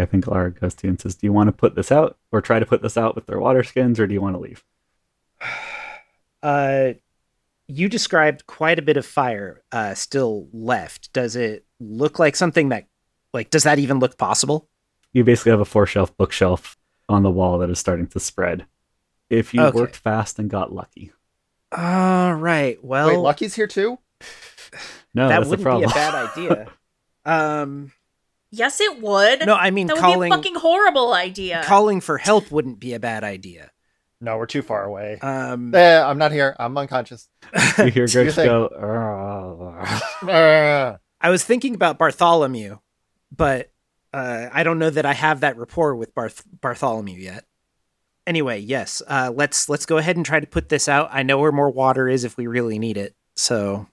Speaker 1: I think Alara goes to you and says, Do you want to put this out or try to put this out with their water skins or do you want to leave?
Speaker 2: Uh, you described quite a bit of fire uh, still left. Does it look like something that, like, does that even look possible?
Speaker 1: you basically have a four shelf bookshelf on the wall that is starting to spread. If you
Speaker 2: Okay.
Speaker 1: worked fast and got lucky,
Speaker 2: All Uh, right. Well,
Speaker 5: Wait, Lucky's here too.
Speaker 1: no,
Speaker 2: that
Speaker 1: that's the
Speaker 2: wouldn't be a
Speaker 1: problem.
Speaker 2: bad idea. um,
Speaker 3: Yes, it would.
Speaker 2: no, I mean
Speaker 3: that would
Speaker 2: calling
Speaker 3: be a fucking horrible idea.
Speaker 2: calling for help wouldn't be a bad idea.
Speaker 5: No, we're too far away.
Speaker 2: Um,
Speaker 5: Eh, I'm not here. I'm unconscious.
Speaker 1: you hear
Speaker 5: Do you
Speaker 1: Griggs
Speaker 5: think-
Speaker 1: go, "Argh."
Speaker 5: Ah.
Speaker 2: I was thinking about Bartholomew, but uh, I don't know that I have that rapport with Barth- Bartholomew yet. Anyway, yes, uh, let's let's go ahead and try to put this out. I know where more water is if we really need it. So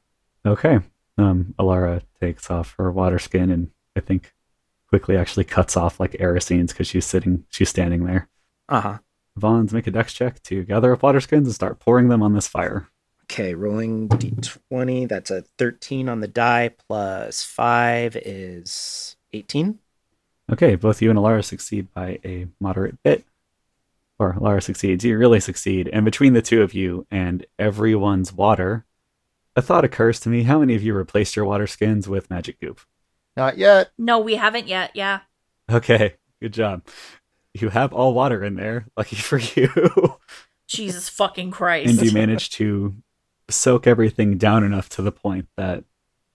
Speaker 1: okay. Um, Alara takes off her water skin and I think quickly actually cuts off like Aristine's because she's sitting, she's standing there.
Speaker 2: Uh huh.
Speaker 1: Vaughn's make a dex check to gather up water skins and start pouring them on this fire.
Speaker 2: Okay, rolling d20. That's a 13 on the die, plus 5 is 18.
Speaker 1: Okay, both you and Alara succeed by a moderate bit. Or Alara succeeds, you really succeed. And between the two of you and everyone's water, a thought occurs to me how many of you replaced your water skins with magic goop?
Speaker 5: Not yet.
Speaker 3: no, we haven't yet. Yeah.
Speaker 1: Okay, Good job. You have all water in there. Lucky for you.
Speaker 3: Jesus fucking Christ.
Speaker 1: and you manage to soak everything down enough to the point that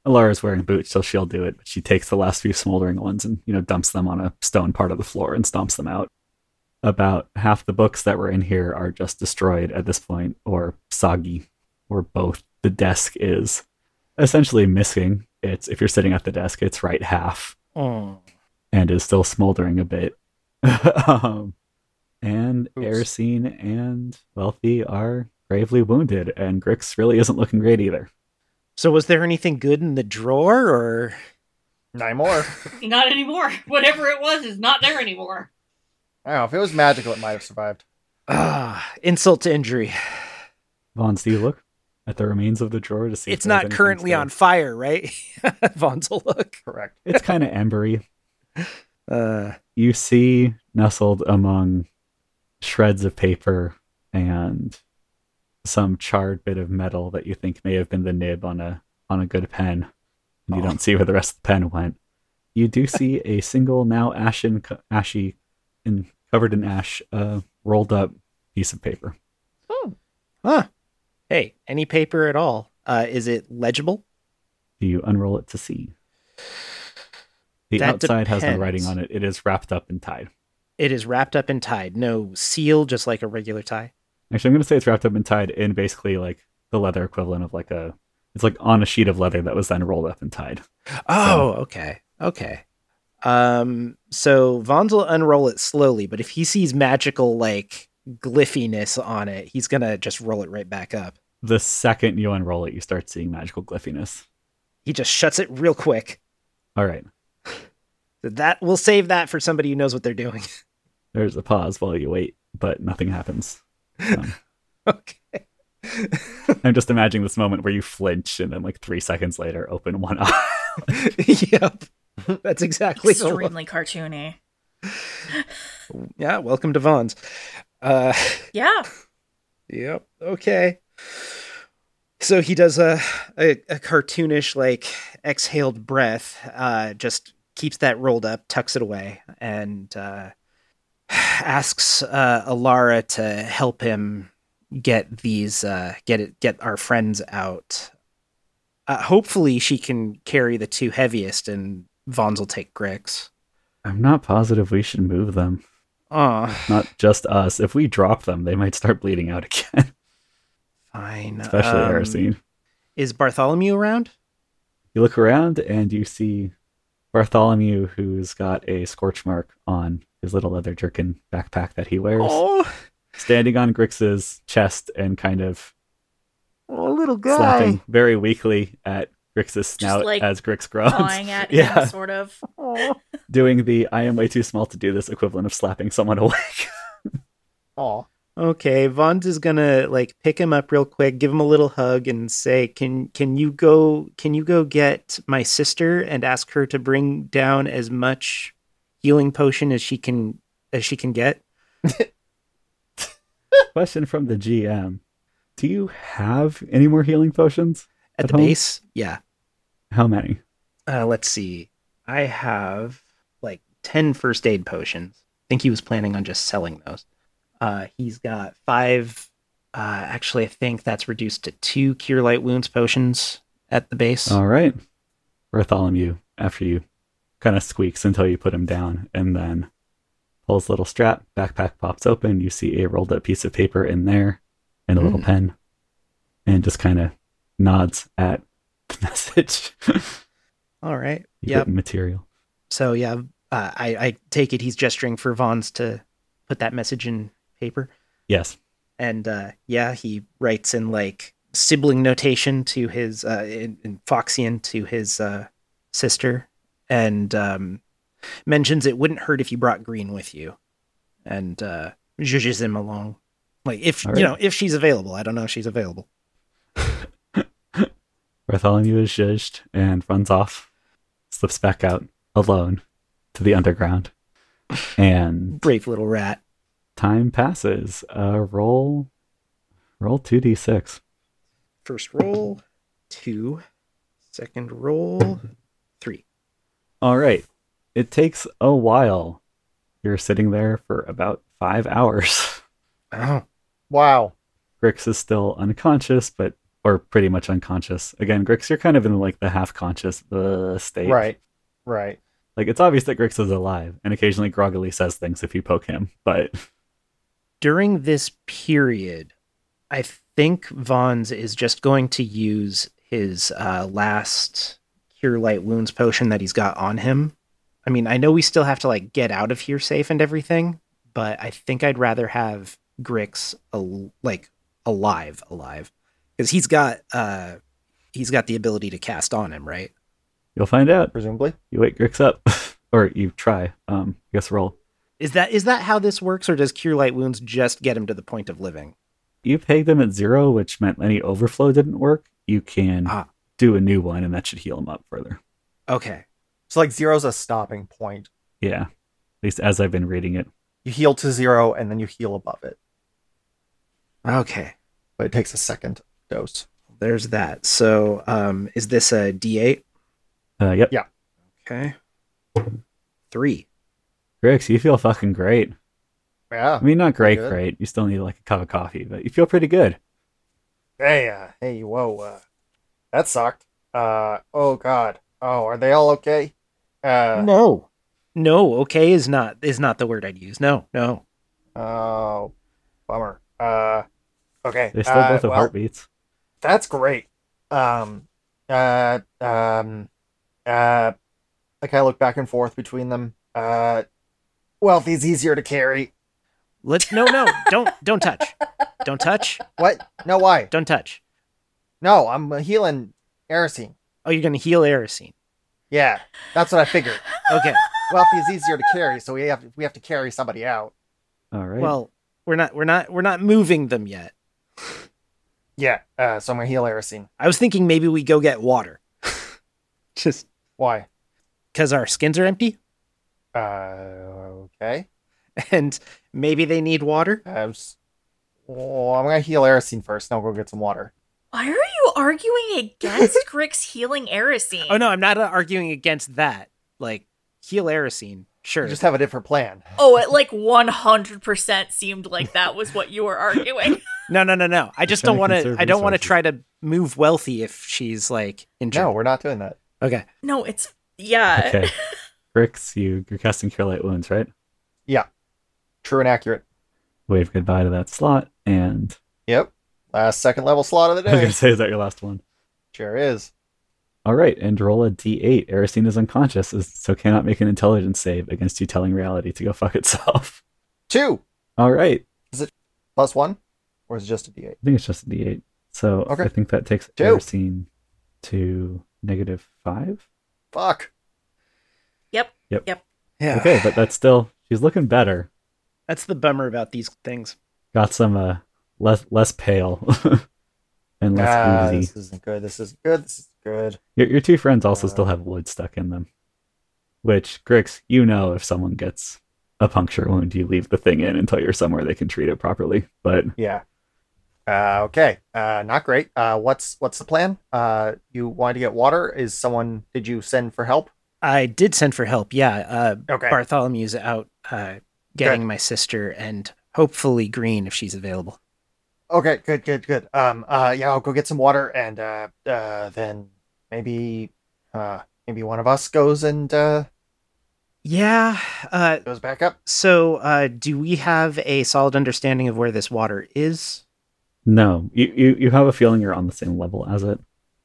Speaker 1: Alara's wearing boots, so she'll do it. But she takes the last few smoldering ones and you know dumps them on a stone part of the floor and stomps them out. About half the books that were in here are just destroyed at this point, or soggy, or both. The desk is essentially missing. It's if you're sitting at the desk, it's right half
Speaker 2: Mm.
Speaker 1: and is still smoldering a bit. um, and
Speaker 5: Oops.
Speaker 1: Erisine and Wealthy are gravely wounded, and Grix really isn't looking great either.
Speaker 2: So, was there anything good in the drawer, or
Speaker 5: Nine more.
Speaker 4: Not anymore. Whatever it was is not there anymore.
Speaker 5: I don't know. If it was magical, it might have survived.
Speaker 2: ah, insult to injury?
Speaker 1: Vons, do you look at the remains of the drawer to see? if
Speaker 2: it's
Speaker 1: there's
Speaker 2: not
Speaker 1: anything
Speaker 2: currently
Speaker 1: still-
Speaker 2: on fire, right? Vaughn's will look.
Speaker 5: Correct.
Speaker 1: It's kind of embery.
Speaker 2: Uh,
Speaker 1: You see, nestled among shreds of paper and some charred bit of metal that you think may have been the nib on a on a good pen, and you
Speaker 5: Oh.
Speaker 1: don't see where the rest of the pen went. You do see a single now ashen, co- ashy, and covered in ash, uh, rolled up piece of paper.
Speaker 2: huh. Hey, any paper at all? Uh, is it legible?
Speaker 1: Do you unroll it to see? The
Speaker 2: That
Speaker 1: outside has no writing
Speaker 2: depends.
Speaker 1: on it. It is wrapped up and tied.
Speaker 2: It is wrapped up and tied. No seal, just like a regular tie.
Speaker 1: Actually, I'm going to say it's wrapped up and tied in basically like the leather equivalent of like a. It's like on a sheet of leather that was then rolled up and tied.
Speaker 2: Oh, okay. Okay. Um, so Vaughn's will unroll it slowly, but if he sees magical, like, gliffiness on it, he's going to just roll it right back up.
Speaker 1: The second you unroll it, you start seeing magical gliffiness.
Speaker 2: He just shuts it real quick.
Speaker 1: All right,
Speaker 2: That we'll save that for somebody who knows what they're doing.
Speaker 1: there's a pause while you wait, but nothing happens.
Speaker 2: okay.
Speaker 1: I'm just imagining this moment where you flinch and then like three seconds later open one eye.
Speaker 2: yep. That's exactly the one.
Speaker 3: Extremely cartoony.
Speaker 2: Yeah, welcome to Vaughn's. Uh
Speaker 3: Yeah.
Speaker 2: Yep. Okay. So he does a, a a cartoonish like exhaled breath, uh, just keeps that rolled up, tucks it away, and uh, asks uh, Alara to help him get these uh, get it get our friends out. Uh, hopefully, she can carry the two heaviest, and Vons will take Grix.
Speaker 1: I'm not positive we should move them.
Speaker 2: Oh,
Speaker 1: Not just us. If we drop them, they might start bleeding out again,
Speaker 2: fine.
Speaker 1: especially
Speaker 2: Um,
Speaker 1: Aracene.
Speaker 2: Is Bartholomew around?
Speaker 1: You look around and you see Bartholomew, who's got a scorch mark on his little leather jerkin backpack that he wears,
Speaker 2: Oh,
Speaker 1: standing on Grix's chest and kind of
Speaker 2: oh, little guy.
Speaker 1: slapping very weakly at Grix's snout
Speaker 3: like,
Speaker 1: as Grix
Speaker 3: Clawing
Speaker 1: groans,
Speaker 3: at
Speaker 1: Oh, Yeah.
Speaker 3: him, sort of.
Speaker 2: Aw.
Speaker 1: doing the I am way too small to do this equivalent of slapping someone awake.
Speaker 5: Aw.
Speaker 2: Okay, Vons is gonna like pick him up real quick, give him a little hug, and say, "Can can you go? Can you go get my sister and ask her to bring down as much healing potion as she can as she can get?"
Speaker 1: Question from the GM Do you have any more healing potions?
Speaker 2: At,
Speaker 1: At
Speaker 2: the
Speaker 1: home?
Speaker 2: base, yeah.
Speaker 1: How many?
Speaker 2: Uh, let's see. I have like 10 first aid potions. I think he was planning on just selling those. Uh, he's got five. Uh, actually, I think that's reduced to two cure light wounds potions at the base.
Speaker 1: All right. Bartholomew, after you kind of squeaks until you put him down and then pulls the little strap, backpack pops open. You see a rolled up piece of paper in there and a little
Speaker 2: Mm.
Speaker 1: pen and just kind of nods at the message.
Speaker 2: All right.
Speaker 1: You've
Speaker 2: Yep.
Speaker 1: written material.
Speaker 2: So, yeah, uh, I, I take it he's gesturing for Vaughn's to put that message in paper.
Speaker 1: Yes.
Speaker 2: and uh, yeah, he writes in like sibling notation to his uh, in, in Foxian to his uh, sister, and um, mentions it wouldn't hurt if you brought Green with you, and uh, zhuzhes him along, like if
Speaker 1: All
Speaker 2: you
Speaker 1: right.
Speaker 2: know if she's available. I don't know if she's available.
Speaker 1: Bartholomew is judged and runs off, slips back out alone to the underground. And
Speaker 2: Brave little rat.
Speaker 1: time passes. Uh, roll, roll 2d6.
Speaker 2: First roll, two. Second roll, three.
Speaker 1: All right. It takes a while You're sitting there for about five hours.
Speaker 2: Oh,
Speaker 5: Wow.
Speaker 1: Grix is still unconscious, but or pretty much unconscious. Again, Grix, you're kind of in like the half conscious uh, state.
Speaker 5: Right. Right.
Speaker 1: Like it's obvious that Grix is alive, and occasionally groggily says things if you poke him, but
Speaker 2: during this period, I think Vons is just going to use his uh, last cure light wounds potion that he's got on him. I mean, I know we still have to like get out of here safe and everything, but I think I'd rather have Grix al- like alive, alive, because he's got uh, he's got the ability to cast on him, right?
Speaker 1: you'll find out.
Speaker 5: Presumably.
Speaker 1: You wake Grix up. or you try. Um, I guess roll.
Speaker 2: Is that is that how this works, or does cure light wounds just get him to the point of living?
Speaker 1: You pegged him at zero, which meant any overflow didn't work. You can
Speaker 2: Ah.
Speaker 1: do a new one, and that should heal him up further.
Speaker 2: Okay,
Speaker 5: So like zero's a stopping point.
Speaker 1: Yeah, at least as I've been reading it.
Speaker 5: You heal to zero and then you heal above it.
Speaker 2: okay.
Speaker 5: But it takes a second dose.
Speaker 2: There's that. So, um, is this a D8?
Speaker 1: Uh, yep.
Speaker 5: Yeah.
Speaker 2: Okay. Three.
Speaker 1: Grix, you feel fucking great.
Speaker 5: Yeah.
Speaker 1: I mean, not great,
Speaker 5: good.
Speaker 1: great. You still need like a cup of coffee, but you feel pretty good.
Speaker 5: Hey, uh, hey, whoa, uh, that sucked. Uh, oh god. Oh, are they all okay? Uh,
Speaker 2: no. No. Okay is not is not the word I'd use. No. No.
Speaker 5: oh, bummer. Uh, okay.
Speaker 1: They still
Speaker 5: uh,
Speaker 1: both have
Speaker 5: well,
Speaker 1: heartbeats.
Speaker 5: That's great. Um, uh, um, uh, like I look back and forth between them. Uh, wealthy's easier to carry.
Speaker 2: Let's. No. No. don't. Don't touch. Don't touch.
Speaker 5: What? No, why?
Speaker 2: Don't touch.
Speaker 5: No, I'm healing Erisine.
Speaker 2: Oh, you're gonna heal Erisine.
Speaker 5: Yeah, that's what I figured.
Speaker 2: Okay.
Speaker 5: Wealthy's easier to carry, so we have we have to carry somebody out.
Speaker 1: All right.
Speaker 2: Well, we're not. We're not. We're not moving them yet.
Speaker 5: Yeah. Uh, so I'm gonna heal Erisine.
Speaker 2: I was thinking maybe we go get water. Just
Speaker 5: Why?
Speaker 2: because our skins are empty,
Speaker 5: Uh, okay.
Speaker 2: and maybe they need water.
Speaker 5: I was- Oh, I'm gonna heal Erisine first. Now go get some water.
Speaker 3: Why are you arguing against Grix healing Erisine?
Speaker 2: Oh no, I'm not uh, arguing against that. Like heal Erisine, sure.
Speaker 5: You just have a different plan.
Speaker 3: Oh, it like 100% seemed like that was what you were arguing.
Speaker 2: no, no, no, no. I just
Speaker 1: Trying
Speaker 2: don't
Speaker 1: to
Speaker 2: want to.
Speaker 1: conserve
Speaker 2: I don't want to
Speaker 1: resources.
Speaker 2: try to move wealthy if she's like injured.
Speaker 5: No, we're not doing that.
Speaker 2: Okay.
Speaker 3: no, it's.
Speaker 2: uh,
Speaker 3: Yeah.
Speaker 1: okay. Grix, you you're casting Cure Light Wounds, right?
Speaker 5: True and accurate.
Speaker 1: Wave goodbye to that slot, and
Speaker 5: Yep. Last second level slot of the
Speaker 1: I was gonna
Speaker 5: day.
Speaker 1: say, is that your last one?
Speaker 5: sure is.
Speaker 1: All right, and roll a d8. Aristine is unconscious, is- so cannot make an intelligence save against you telling reality to go fuck itself.
Speaker 5: Two
Speaker 1: All right,
Speaker 5: plus one, or is it just a d8?
Speaker 1: I think it's just a d8. So
Speaker 5: Okay.
Speaker 1: I think that takes
Speaker 5: Two.
Speaker 1: Aristine to negative five.
Speaker 5: Fuck.
Speaker 3: Yep.
Speaker 2: Yeah.
Speaker 1: Okay, but that's still she's looking better.
Speaker 2: that's the bummer about these things.
Speaker 1: Got some uh less less pale and less
Speaker 5: Ah,
Speaker 1: oozy.
Speaker 5: this isn't good. This is good. This is good.
Speaker 1: Your, your two friends also
Speaker 5: Uh,
Speaker 1: still have wood stuck in them. Which, Grix, you know if someone gets a puncture wound, you leave the thing in until you're somewhere they can treat it properly. But
Speaker 5: Yeah. Uh, okay. Uh, not great. Uh, what's what's the plan? Uh, you wanted to get water. Is someone? Did you send for help?
Speaker 2: I did send for help. Yeah. Uh,
Speaker 5: Okay.
Speaker 2: Bartholomew's out uh, getting my sister and hopefully Green if she's available.
Speaker 5: Okay, good, good, good. Um, uh, yeah, I'll go get some water, and uh, uh, then maybe, uh, maybe one of us goes and uh
Speaker 2: Yeah. Uh,
Speaker 5: goes back up.
Speaker 2: so uh, do we have a solid understanding of where this water is?
Speaker 1: no, you, you, you have a feeling you're on the same level as it.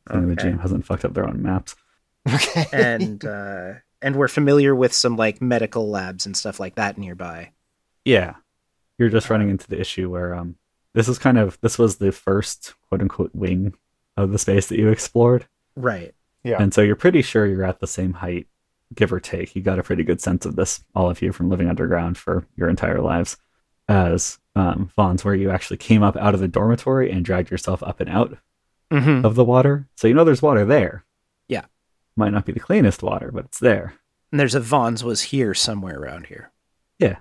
Speaker 1: I mean, The
Speaker 2: Okay.
Speaker 1: GM hasn't fucked up their own maps.
Speaker 5: Okay.
Speaker 2: and uh, and we're familiar with some like medical labs and stuff like that nearby.
Speaker 1: Yeah. You're just running into the issue where um this is kind of this was the first quote unquote wing of the space that you explored.
Speaker 2: Right.
Speaker 5: Yeah.
Speaker 1: And so you're pretty sure you're at the same height, give or take. You got a pretty good sense of this, all of you, from living underground for your entire lives. As um, Vaughn's, where you actually came up out of the dormitory and dragged yourself up and out
Speaker 2: Mm-hmm.
Speaker 1: of the water. So you know there's water there.
Speaker 2: Yeah.
Speaker 1: Might not be the cleanest water, but it's there.
Speaker 2: And there's a Vaughn's was here somewhere around here.
Speaker 1: Yeah.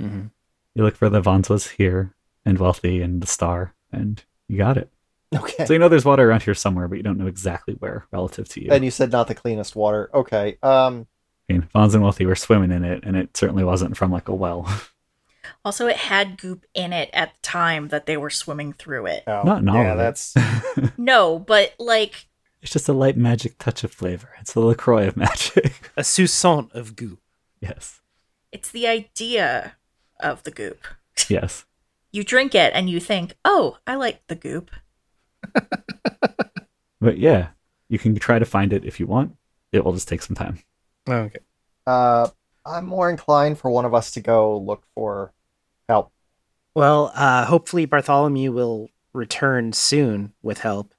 Speaker 2: Mm-hmm.
Speaker 1: You look for the Vaughn's was here and wealthy and the star, and you got it.
Speaker 5: okay.
Speaker 1: So you know there's water around here somewhere, but you don't know exactly where relative to you.
Speaker 5: and you said not the cleanest water. Okay. Um,
Speaker 1: I mean, Vons and Wealthy were swimming in it, and it certainly wasn't from like a well.
Speaker 3: Also, it had goop in it at the time that they were swimming through it.
Speaker 5: Oh,
Speaker 1: Not in all
Speaker 5: yeah,
Speaker 1: of it.
Speaker 5: that's
Speaker 3: No, but like,
Speaker 1: it's just a light magic touch of flavor. It's the LaCroix of magic.
Speaker 2: A Sousson of goo.
Speaker 1: yes.
Speaker 3: it's the idea of the goop.
Speaker 1: Yes.
Speaker 3: You drink it and you think, oh, I like the goop.
Speaker 1: But yeah, you can try to find it if you want. It will just take some time.
Speaker 2: Okay.
Speaker 5: uh, I'm more inclined for one of us to go look for help.
Speaker 2: Well, uh, hopefully Bartholomew will return soon with help.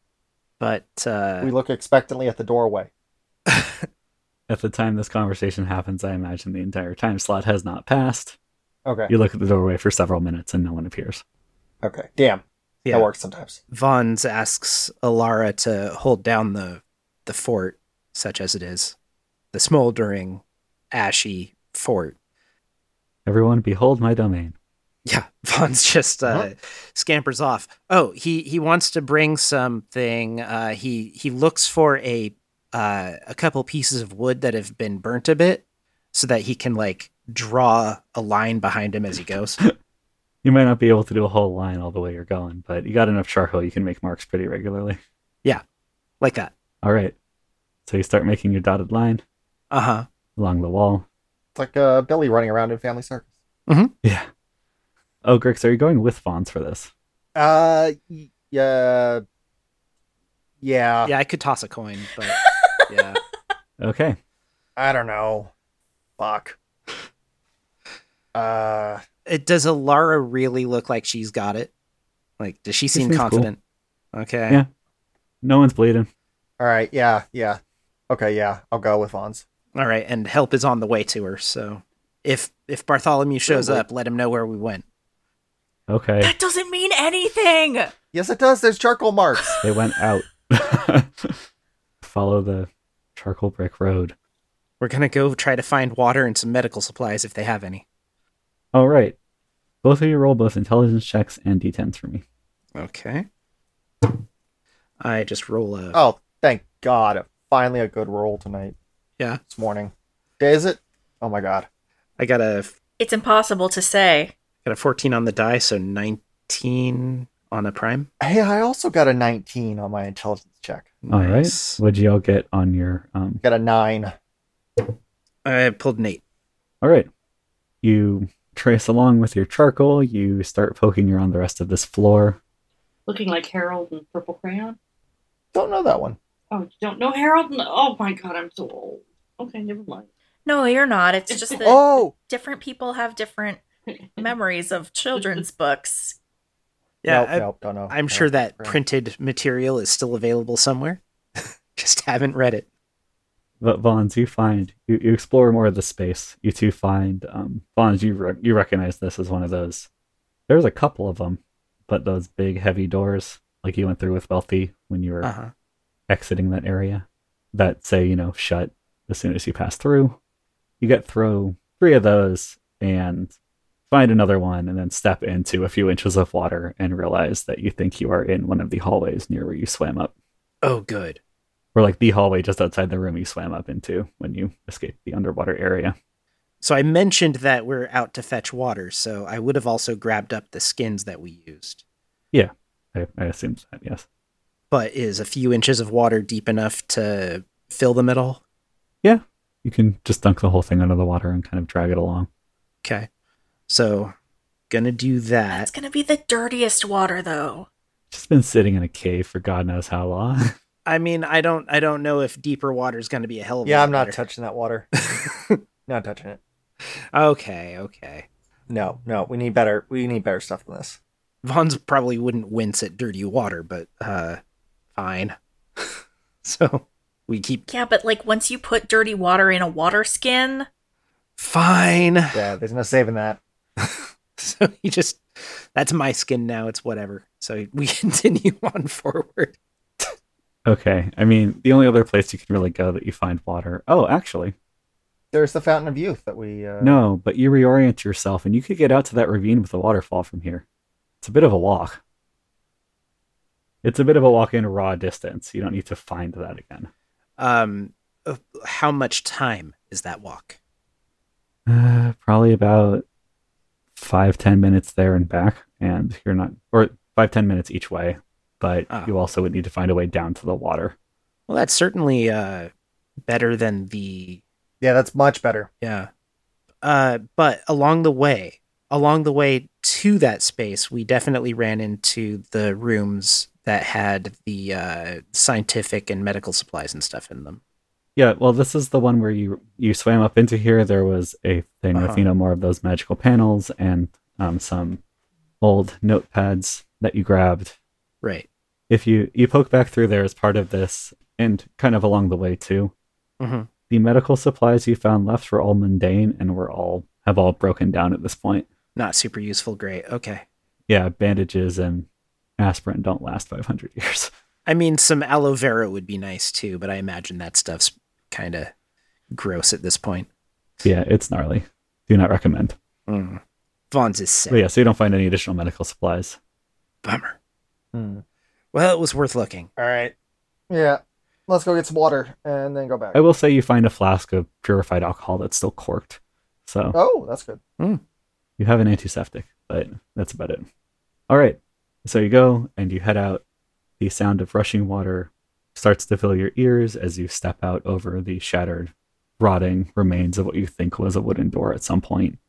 Speaker 2: But
Speaker 5: We
Speaker 2: uh,
Speaker 5: look expectantly at the doorway.
Speaker 1: At the time this conversation happens, I imagine the entire time slot has not passed.
Speaker 5: Okay.
Speaker 1: You look at the doorway for several minutes and no one appears.
Speaker 5: Okay. Damn.
Speaker 2: yeah,
Speaker 5: That works sometimes.
Speaker 2: Vons asks Alara to hold down the the fort, such as it is, the smoldering, ashy fort.
Speaker 1: Everyone, behold my domain.
Speaker 2: Yeah, Vaughn's just uh,
Speaker 5: Uh-huh.
Speaker 2: scampers off. Oh, he he wants to bring something. Uh, he he looks for a uh, a couple pieces of wood that have been burnt a bit, so that he can like draw a line behind him as he goes.
Speaker 1: You might not be able to do a whole line all the way you're going, but you got enough charcoal, you can make marks pretty regularly.
Speaker 2: like that.
Speaker 1: All right. So you start making your dotted line
Speaker 2: Uh
Speaker 1: Uh-huh.
Speaker 2: huh.
Speaker 1: along the wall.
Speaker 5: It's like uh, Billy running around in Family Circus.
Speaker 1: Yeah. Oh, Grix, are you going with Fonz for this?
Speaker 5: Uh, y- yeah, yeah.
Speaker 2: Yeah, I could toss a coin, but yeah.
Speaker 1: Okay.
Speaker 5: I don't know. Fuck. Uh,
Speaker 2: It, does Alara really look like she's got it? Like, does she seem
Speaker 1: seems cool.
Speaker 2: confident? Okay.
Speaker 1: Yeah. No one's bleeding.
Speaker 5: all right. Yeah, yeah. Okay, yeah. I'll go with Vons.
Speaker 2: All right, and help is on the way to her. So, if if Bartholomew shows
Speaker 5: Really?
Speaker 2: up, let him know where we went.
Speaker 1: Okay.
Speaker 3: That doesn't mean anything.
Speaker 5: Yes, it does. There's charcoal marks.
Speaker 1: They went out. Follow the charcoal brick road.
Speaker 2: We're gonna go try to find water and some medical supplies if they have any.
Speaker 1: All right. Both of you roll both intelligence checks and d10s for me.
Speaker 2: Okay. I just roll a.
Speaker 5: Oh, thank God! Finally, a good roll tonight.
Speaker 2: Yeah.
Speaker 5: This morning. Day is it? Oh my God.
Speaker 2: I got a
Speaker 3: It's impossible to say.
Speaker 2: got a fourteen on the die, so nineteen on a prime.
Speaker 5: Hey, I also got a 19 on my intelligence check.
Speaker 2: Nice.
Speaker 1: All right. What'd y'all get on your um
Speaker 5: Got a nine.
Speaker 2: I pulled an eight.
Speaker 1: All right. You trace along with your charcoal, you start poking around the rest of this floor.
Speaker 4: Looking like Harold and Purple Crayon.
Speaker 5: Don't know that one.
Speaker 4: Oh, you don't know Harold? No. Oh my god, I'm so old. Okay, never mind.
Speaker 3: No, you're not. It's just that
Speaker 5: Oh,
Speaker 3: different people have different memories of children's books.
Speaker 2: Yeah,
Speaker 5: Nope,
Speaker 2: I,
Speaker 5: nope, don't know.
Speaker 2: I'm sure that
Speaker 5: print.
Speaker 2: printed material is still available somewhere. just haven't read it.
Speaker 1: But Vons, you find you, you explore more of the space. You two find um Vons, you re- you recognize this as one of those. There's a couple of them, but those big heavy doors, like you went through with Wealthy when you were
Speaker 2: Uh huh.
Speaker 1: exiting that area, that say you know shut as soon as you pass through. You get through three of those and find another one, and then step into a few inches of water and realize that you think you are in one of the hallways near where you swam up,
Speaker 2: Oh, good.
Speaker 1: or like the hallway just outside the room you swam up into when you escaped the underwater area.
Speaker 2: So I mentioned that we're out to fetch water, so I would have also grabbed up the skins that we used.
Speaker 1: I, I assume that, yes.
Speaker 2: But is a few inches of water deep enough to fill them at all?
Speaker 1: You can just dunk the whole thing under the water and kind of drag it along.
Speaker 2: Okay. So gonna do
Speaker 3: That's
Speaker 2: that.
Speaker 3: going to be the dirtiest water, though.
Speaker 1: It's just been sitting in a cave for God knows how long.
Speaker 2: I mean, I don't I don't know if deeper water is gonna be a hell of a
Speaker 5: Yeah,
Speaker 2: lot
Speaker 5: I'm not
Speaker 2: better.
Speaker 5: touching that water. not touching it.
Speaker 2: Okay, okay.
Speaker 5: No, no. We need better. We need better stuff than this.
Speaker 2: Vaughn's probably wouldn't wince at dirty water, but uh fine. so we keep
Speaker 3: Yeah, but like once you put dirty water in a water skin,
Speaker 2: fine.
Speaker 5: Yeah, there's no saving that.
Speaker 2: So he just that's my skin now, it's whatever. So we continue on forward.
Speaker 1: okay. I mean, the only other place you can really go that you find water. Oh, actually,
Speaker 5: There's the Fountain of Youth that we. Uh,
Speaker 1: no, but you reorient yourself and you could get out to that ravine with the waterfall from here. It's a bit of a walk. It's a bit of a walk in raw distance. You don't need to find that again.
Speaker 2: Um uh, how much time is that walk?
Speaker 1: Uh, probably about five ten minutes there and back, and you're not, or five ten minutes each way. But
Speaker 2: Ah.
Speaker 1: you also would need to find a way down to the water.
Speaker 2: Well, that's certainly uh, better than the
Speaker 5: Yeah, that's much better.
Speaker 2: Yeah. Uh, but along the way, along the way to that space, we definitely ran into the rooms that had the uh, scientific and medical supplies and stuff in them.
Speaker 1: Yeah, well, this is the one where you you swam up into here. There was a thing
Speaker 2: Uh-huh.
Speaker 1: with you know more of those magical panels and um, some old notepads that you grabbed.
Speaker 2: Right.
Speaker 1: If you you poke back through there as part of this, and kind of along the way too,
Speaker 2: Mhm.
Speaker 1: the medical supplies you found left were all mundane and were all have all broken down at this point.
Speaker 2: Not super useful. Great. Okay.
Speaker 1: Yeah, bandages and aspirin don't last 500 years.
Speaker 2: I mean, some aloe vera would be nice too, but I imagine that stuff's kind of gross at this point.
Speaker 1: yeah, it's gnarly. Do not recommend.
Speaker 2: Mm. Vaughn's is sick.
Speaker 1: But yeah, so you don't find any additional medical supplies.
Speaker 2: Bummer.
Speaker 5: Hmm.
Speaker 2: Well, it was worth looking.
Speaker 5: All right. Yeah. Let's go get some water and then go back.
Speaker 1: I will say you find a flask of purified alcohol that's still corked. So
Speaker 5: Oh, that's good.
Speaker 1: you have an antiseptic, but that's about it. All right. So you go and you head out. The sound of rushing water starts to fill your ears as you step out over the shattered, rotting remains of what you think was a wooden door at some point.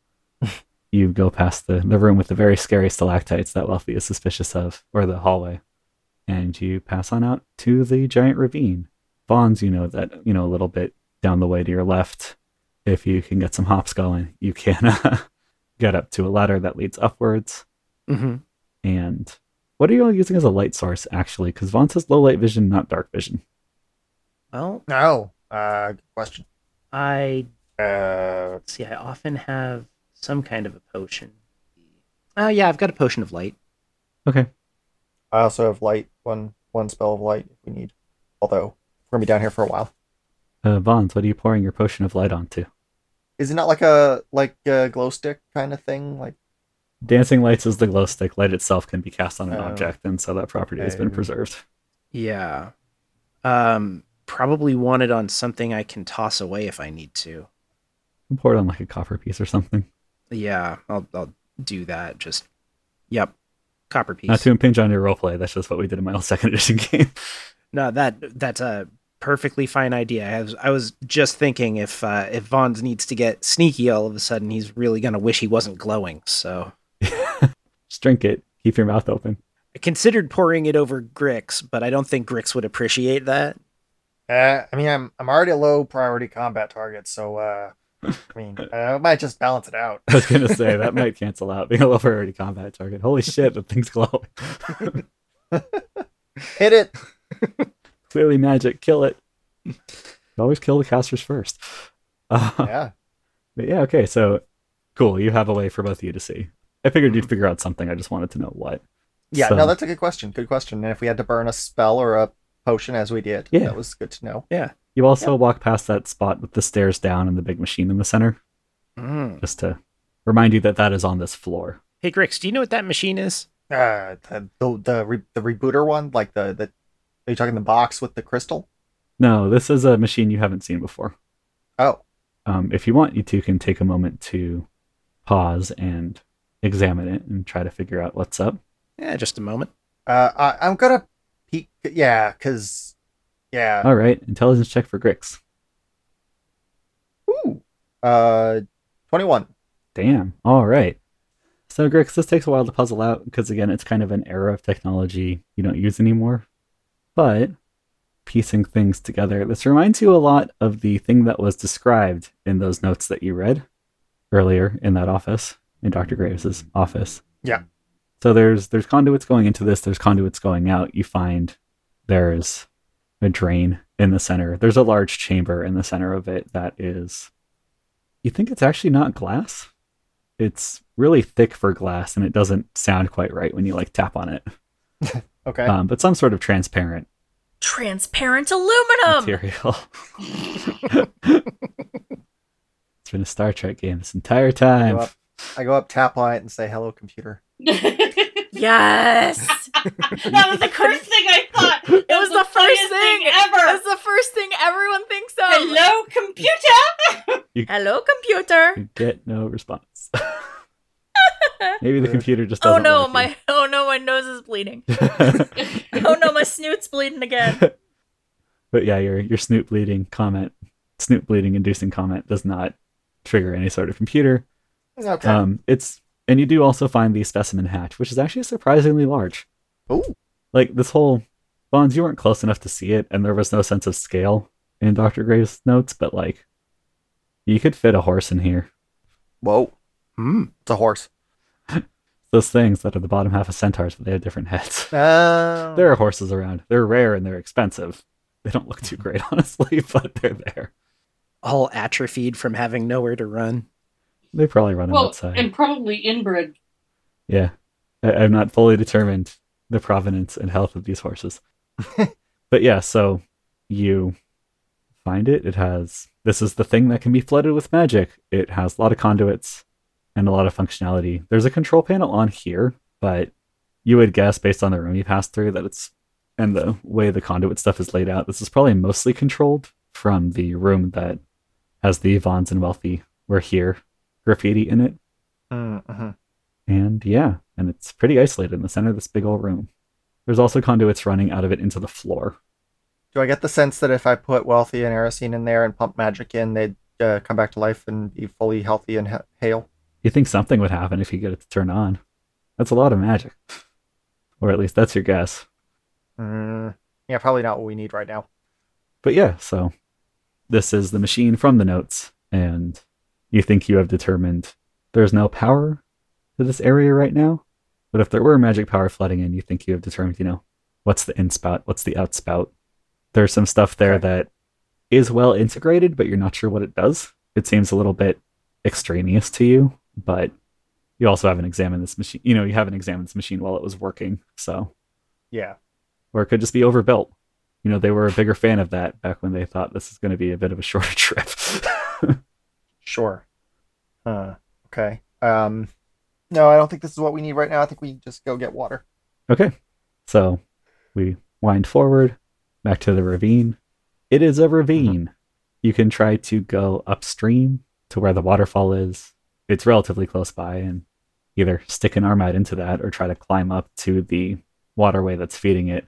Speaker 1: you go past the, the room with the very scary stalactites that Wealthy is suspicious of, or the hallway, and you pass on out to the giant ravine. Bonds, you know that, you know, a little bit down the way to your left. If you can get some hops going, you can uh, get up to a ladder that leads upwards.
Speaker 2: Mm-hmm.
Speaker 1: And what are you all using as a light source, actually? Because Vaughn says low light vision, not dark vision.
Speaker 2: Well,
Speaker 5: No. Uh, good question.
Speaker 2: I
Speaker 5: Uh,
Speaker 2: Let's see, I often have some kind of a potion. Oh yeah, I've got a potion of light.
Speaker 1: Okay.
Speaker 5: I also have light. One one spell of light if we need. Although we're gonna be down here for a while.
Speaker 1: Uh, Vaughns, what are you pouring your potion of light onto?
Speaker 5: Is it not like a like a glow stick kind of thing? Like
Speaker 1: Dancing lights is the glow stick. Light itself can be cast on an
Speaker 5: Oh.
Speaker 1: object, and so that property has been
Speaker 5: Okay.
Speaker 1: preserved.
Speaker 2: Yeah. Um probably want it on something I can toss away if I need to.
Speaker 1: Pour it on like a copper piece or something.
Speaker 2: Yeah, I'll I'll do that. Just Yep. Copper piece.
Speaker 1: Not to impinge on your roleplay. That's just what we did in my old second edition game.
Speaker 2: no, that that's a perfectly fine idea. I was I was just thinking if uh if Vaughn's needs to get sneaky all of a sudden, he's really gonna wish he wasn't glowing, so
Speaker 1: just drink it. Keep your mouth open.
Speaker 2: I considered pouring it over Grix, but I don't think Grix would appreciate that.
Speaker 5: Uh, I mean, I'm I'm already a low priority combat target, so uh, I mean, uh, I might just balance it out.
Speaker 1: I was gonna say that might cancel out being a low priority combat target. Holy shit, the thing's glowing.
Speaker 5: Hit it.
Speaker 1: Clearly magic. Kill it. You always kill the casters first. Uh,
Speaker 5: Yeah.
Speaker 1: But yeah, okay, so cool. You have a way for both of you to see. I figured you'd figure out something. I just wanted to know what.
Speaker 5: Yeah.
Speaker 1: So-
Speaker 5: No, that's a good question. Good question. And if we had to burn a spell or a potion, as we did,
Speaker 1: Yeah.
Speaker 5: that was good to know.
Speaker 1: You also walk past that spot with the stairs down and the big machine in the center,
Speaker 2: Mm.
Speaker 1: just to remind you that that is on this floor.
Speaker 2: Hey, Grix, do you know what that machine is?
Speaker 5: Uh, the the the, re- the rebooter one, like the the. Are you talking the box with the crystal?
Speaker 1: No, this is a machine you haven't seen before.
Speaker 5: Oh,
Speaker 1: Um, if you want, you two can take a moment to pause and examine it and try to figure out what's up.
Speaker 2: Yeah, Eh, just a moment.
Speaker 5: uh, I, I'm gonna peek. Yeah, cause yeah.
Speaker 1: All right, intelligence check for Grix.
Speaker 5: Ooh. Uh, twenty one.
Speaker 1: Damn. All right. So, Grix, this takes a while to puzzle out because, again, it's kind of an era of technology you don't use anymore. But piecing things together, this reminds you a lot of the thing that was described in those notes that you read earlier in that office, in Dr. Graves's office.
Speaker 5: Yeah.
Speaker 1: So there's there's conduits going into this, there's conduits going out. You find there's a drain in the center. There's a large chamber in the center of it that is you think it's actually not glass? It's really thick for glass and it doesn't sound quite right when you like tap on it.
Speaker 5: Okay.
Speaker 1: Um, but some sort of transparent
Speaker 3: Transparent aluminum.
Speaker 1: material. it's been a Star Trek game this entire time.
Speaker 5: Go up. I go up, tap on it, and say, "Hello, computer."
Speaker 4: that
Speaker 3: Yes.
Speaker 4: was the first thing I not. It
Speaker 3: was the first thing.
Speaker 4: ever.
Speaker 3: That's the first thing everyone thinks of.
Speaker 4: Hello, computer.
Speaker 3: Hello, computer.
Speaker 1: You get no response. Maybe the computer just
Speaker 3: Oh
Speaker 1: doesn't.
Speaker 3: no,
Speaker 1: like
Speaker 3: my oh no, my nose is bleeding.
Speaker 1: you.
Speaker 3: Oh no, my snoot's bleeding again.
Speaker 1: but yeah, your your snoot bleeding comment, snoot bleeding inducing comment does not trigger any sort of computer.
Speaker 5: Okay.
Speaker 1: Um, it's and you do also find the specimen hatch, which is actually surprisingly large.
Speaker 5: Ooh.
Speaker 1: Like this whole Bonds, you weren't close enough to see it, and there was no sense of scale in Doctor Graves' notes, but like you could fit a horse in here.
Speaker 5: Whoa.
Speaker 2: Hmm.
Speaker 5: It's a horse.
Speaker 1: Those things that are the bottom half of centaurs, but they have different heads.
Speaker 5: Uh,
Speaker 1: There are horses around. They're rare and they're expensive. They don't look too great, honestly, but they're there.
Speaker 2: All atrophied from having nowhere to run.
Speaker 1: They probably run them
Speaker 4: well,
Speaker 1: outside.
Speaker 4: and probably inbred.
Speaker 1: Yeah. I- I'm not fully determined the provenance and health of these horses. but yeah, so you find it. It has this is the thing that can be flooded with magic. It has a lot of conduits and a lot of functionality. There's a control panel on here, but you would guess based on the room you passed through that it's and the way the conduit stuff is laid out, this is probably mostly controlled from the room that has the Yvonne's and Wealthy We're Here graffiti in it.
Speaker 5: mm, mhm.
Speaker 1: And yeah, and it's pretty isolated in the center of this big old room. There's also conduits running out of it into the floor.
Speaker 5: Do I get the sense that if I put Wealthy and Aracene in there and pump magic in, they'd uh, come back to life and be fully healthy and he- hale?
Speaker 1: You think something would happen if you get it to turn on. That's a lot of magic. Or at least that's your guess.
Speaker 5: Mm, yeah, probably not what we need right now.
Speaker 1: But yeah, so this is the machine from the notes, and you think you have determined there's no power to this area right now. But if there were magic power flooding in, you think you have determined, you know, what's the in spout, what's the out spout. There's some stuff there
Speaker 5: Okay.
Speaker 1: that is well integrated, but you're not sure what it does. It seems a little bit extraneous to you, but you also haven't examined this machine. You know, you haven't examined this machine while it was working, so
Speaker 5: Yeah.
Speaker 1: or it could just be overbuilt. You know, they were a bigger fan of that back when they thought this is going to be a bit of a shorter trip.
Speaker 5: Sure. Huh. Okay. Um, no, I don't think this is what we need right now. I think we just go get water.
Speaker 1: okay. So we wind forward back to the ravine. It is a ravine. You can try to go upstream to where the waterfall is. It's relatively close by, and either stick an arm out into that or try to climb up to the waterway that's feeding it.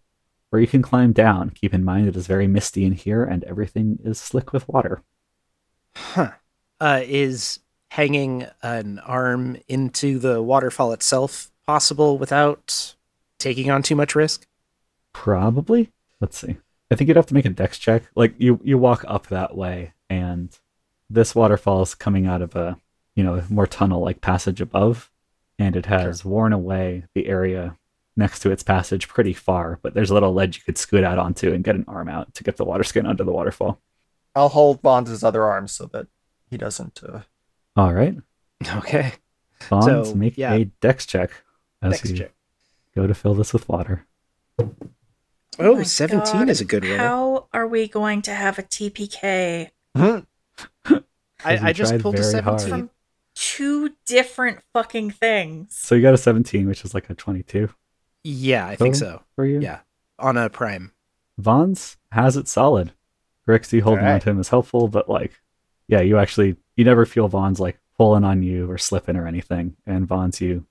Speaker 1: Or you can climb down. Keep in mind it is very misty in here and everything is slick with water.
Speaker 2: Huh. Uh, is hanging an arm into the waterfall itself possible without taking on too much risk?
Speaker 1: Probably. Let's see. I think you'd have to make a dex check. Like you, you walk up that way, and this waterfall is coming out of a, you know, more tunnel-like passage above, and it has worn away the area next to its passage pretty far. But there's a little ledge you could scoot out onto and get an arm out to get the water skin under the waterfall.
Speaker 5: I'll hold Bond's other arm so that he doesn't. Uh,
Speaker 1: All right,
Speaker 2: Okay.
Speaker 1: Bonds,
Speaker 2: So,
Speaker 1: make
Speaker 2: yeah.
Speaker 1: a dex check as
Speaker 5: Dex
Speaker 1: you
Speaker 5: check.
Speaker 1: go to fill this with water.
Speaker 2: Oh,
Speaker 3: my
Speaker 2: 17
Speaker 3: God.
Speaker 2: is a good roll.
Speaker 3: How are we going to have a TPK
Speaker 1: Because
Speaker 2: I,
Speaker 1: you
Speaker 2: I just
Speaker 1: tried
Speaker 2: pulled a
Speaker 1: very hard.
Speaker 2: 17.
Speaker 3: from two different fucking things?
Speaker 1: So you got a 17, which is like a 22
Speaker 2: Yeah, I think
Speaker 1: Oh.
Speaker 2: so.
Speaker 1: for you.
Speaker 2: Yeah. On a prime.
Speaker 1: Vons has it solid. Grixie holding
Speaker 5: Alright.
Speaker 1: on to him is helpful, but like, yeah, you actually you never feel Vons like pulling on you or slipping or anything. And Vons, you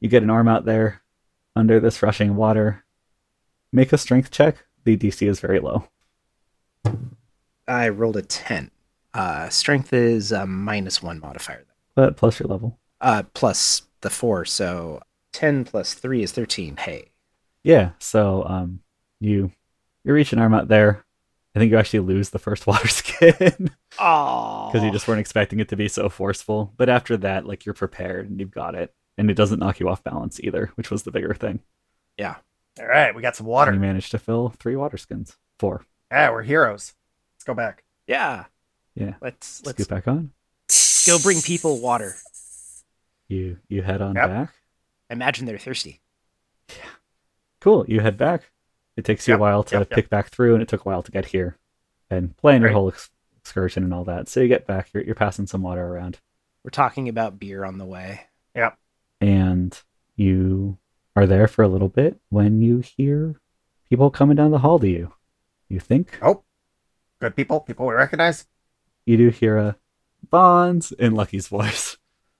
Speaker 1: you get an arm out there under this rushing water. Make a strength check. The DC is very low.
Speaker 2: I rolled a 10. Uh, strength is a minus one modifier.
Speaker 1: But plus your level.
Speaker 2: Uh, plus the four, so 10 plus three is 13. Hey.
Speaker 1: Yeah, so um you you reach an arm out there. I think you actually lose the first water skin.
Speaker 2: Oh.
Speaker 1: because you just weren't expecting it to be so forceful. But after that, like you're prepared and you've got it, and it doesn't knock you off balance either, which was the bigger thing.
Speaker 5: All right, we got some
Speaker 1: And
Speaker 5: water.
Speaker 1: You managed to fill three water skins. Four.
Speaker 5: Yeah, we're heroes. Let's go back.
Speaker 2: Yeah.
Speaker 1: Yeah.
Speaker 2: Let's,
Speaker 1: Let's
Speaker 2: let's
Speaker 1: get back on.
Speaker 2: go bring people water.
Speaker 1: You you head on
Speaker 5: Yep.
Speaker 1: back.
Speaker 2: I imagine they're thirsty.
Speaker 1: Cool. You head back. It takes you
Speaker 5: Yep,
Speaker 1: a while to
Speaker 5: yep, yep.
Speaker 1: pick back through, and it took a while to get here, and plan your
Speaker 5: Right.
Speaker 1: whole ex- excursion and all that. So you get back. You're you're passing some water around.
Speaker 2: We're talking about beer on the way.
Speaker 1: and you are there for a little bit when you hear people coming down the hall to you. You think
Speaker 5: Oh, good people, people we recognize.
Speaker 1: you do hear a Bonds in Lucky's voice.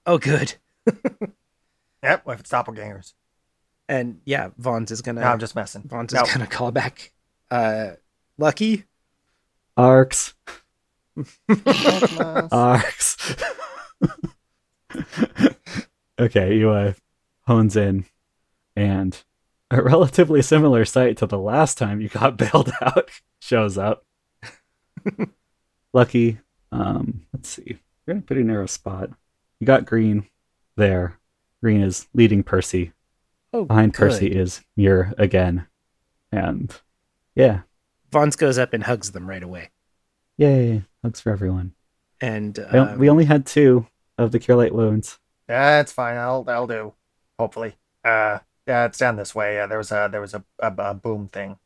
Speaker 2: Oh, good.
Speaker 5: Yep, if it's doppelgangers.
Speaker 2: And yeah, Vaughn's is gonna.
Speaker 5: No, I'm just messing.
Speaker 2: Vaughn's
Speaker 5: No.
Speaker 2: is gonna call back. Uh, Lucky.
Speaker 1: Arcs,
Speaker 5: Christmas.
Speaker 1: arcs. okay, you uh, hones in, and a relatively similar sight to the last time you got bailed out shows up. Lucky, um, let's see, you're in a pretty narrow spot. You got Green there. Green is leading Percy.
Speaker 2: Oh,
Speaker 1: Behind
Speaker 2: good.
Speaker 1: Percy is Muir again, and yeah,
Speaker 2: Vaughn's goes up and hugs them right away.
Speaker 1: yay, hugs for everyone.
Speaker 2: And
Speaker 1: I don't-
Speaker 2: um,
Speaker 1: we only had two of the cure light wounds.
Speaker 5: That's fine. I'll that'll do. Hopefully. Uh, yeah, it's down this way. Yeah, there was a there was a a, a boom thing.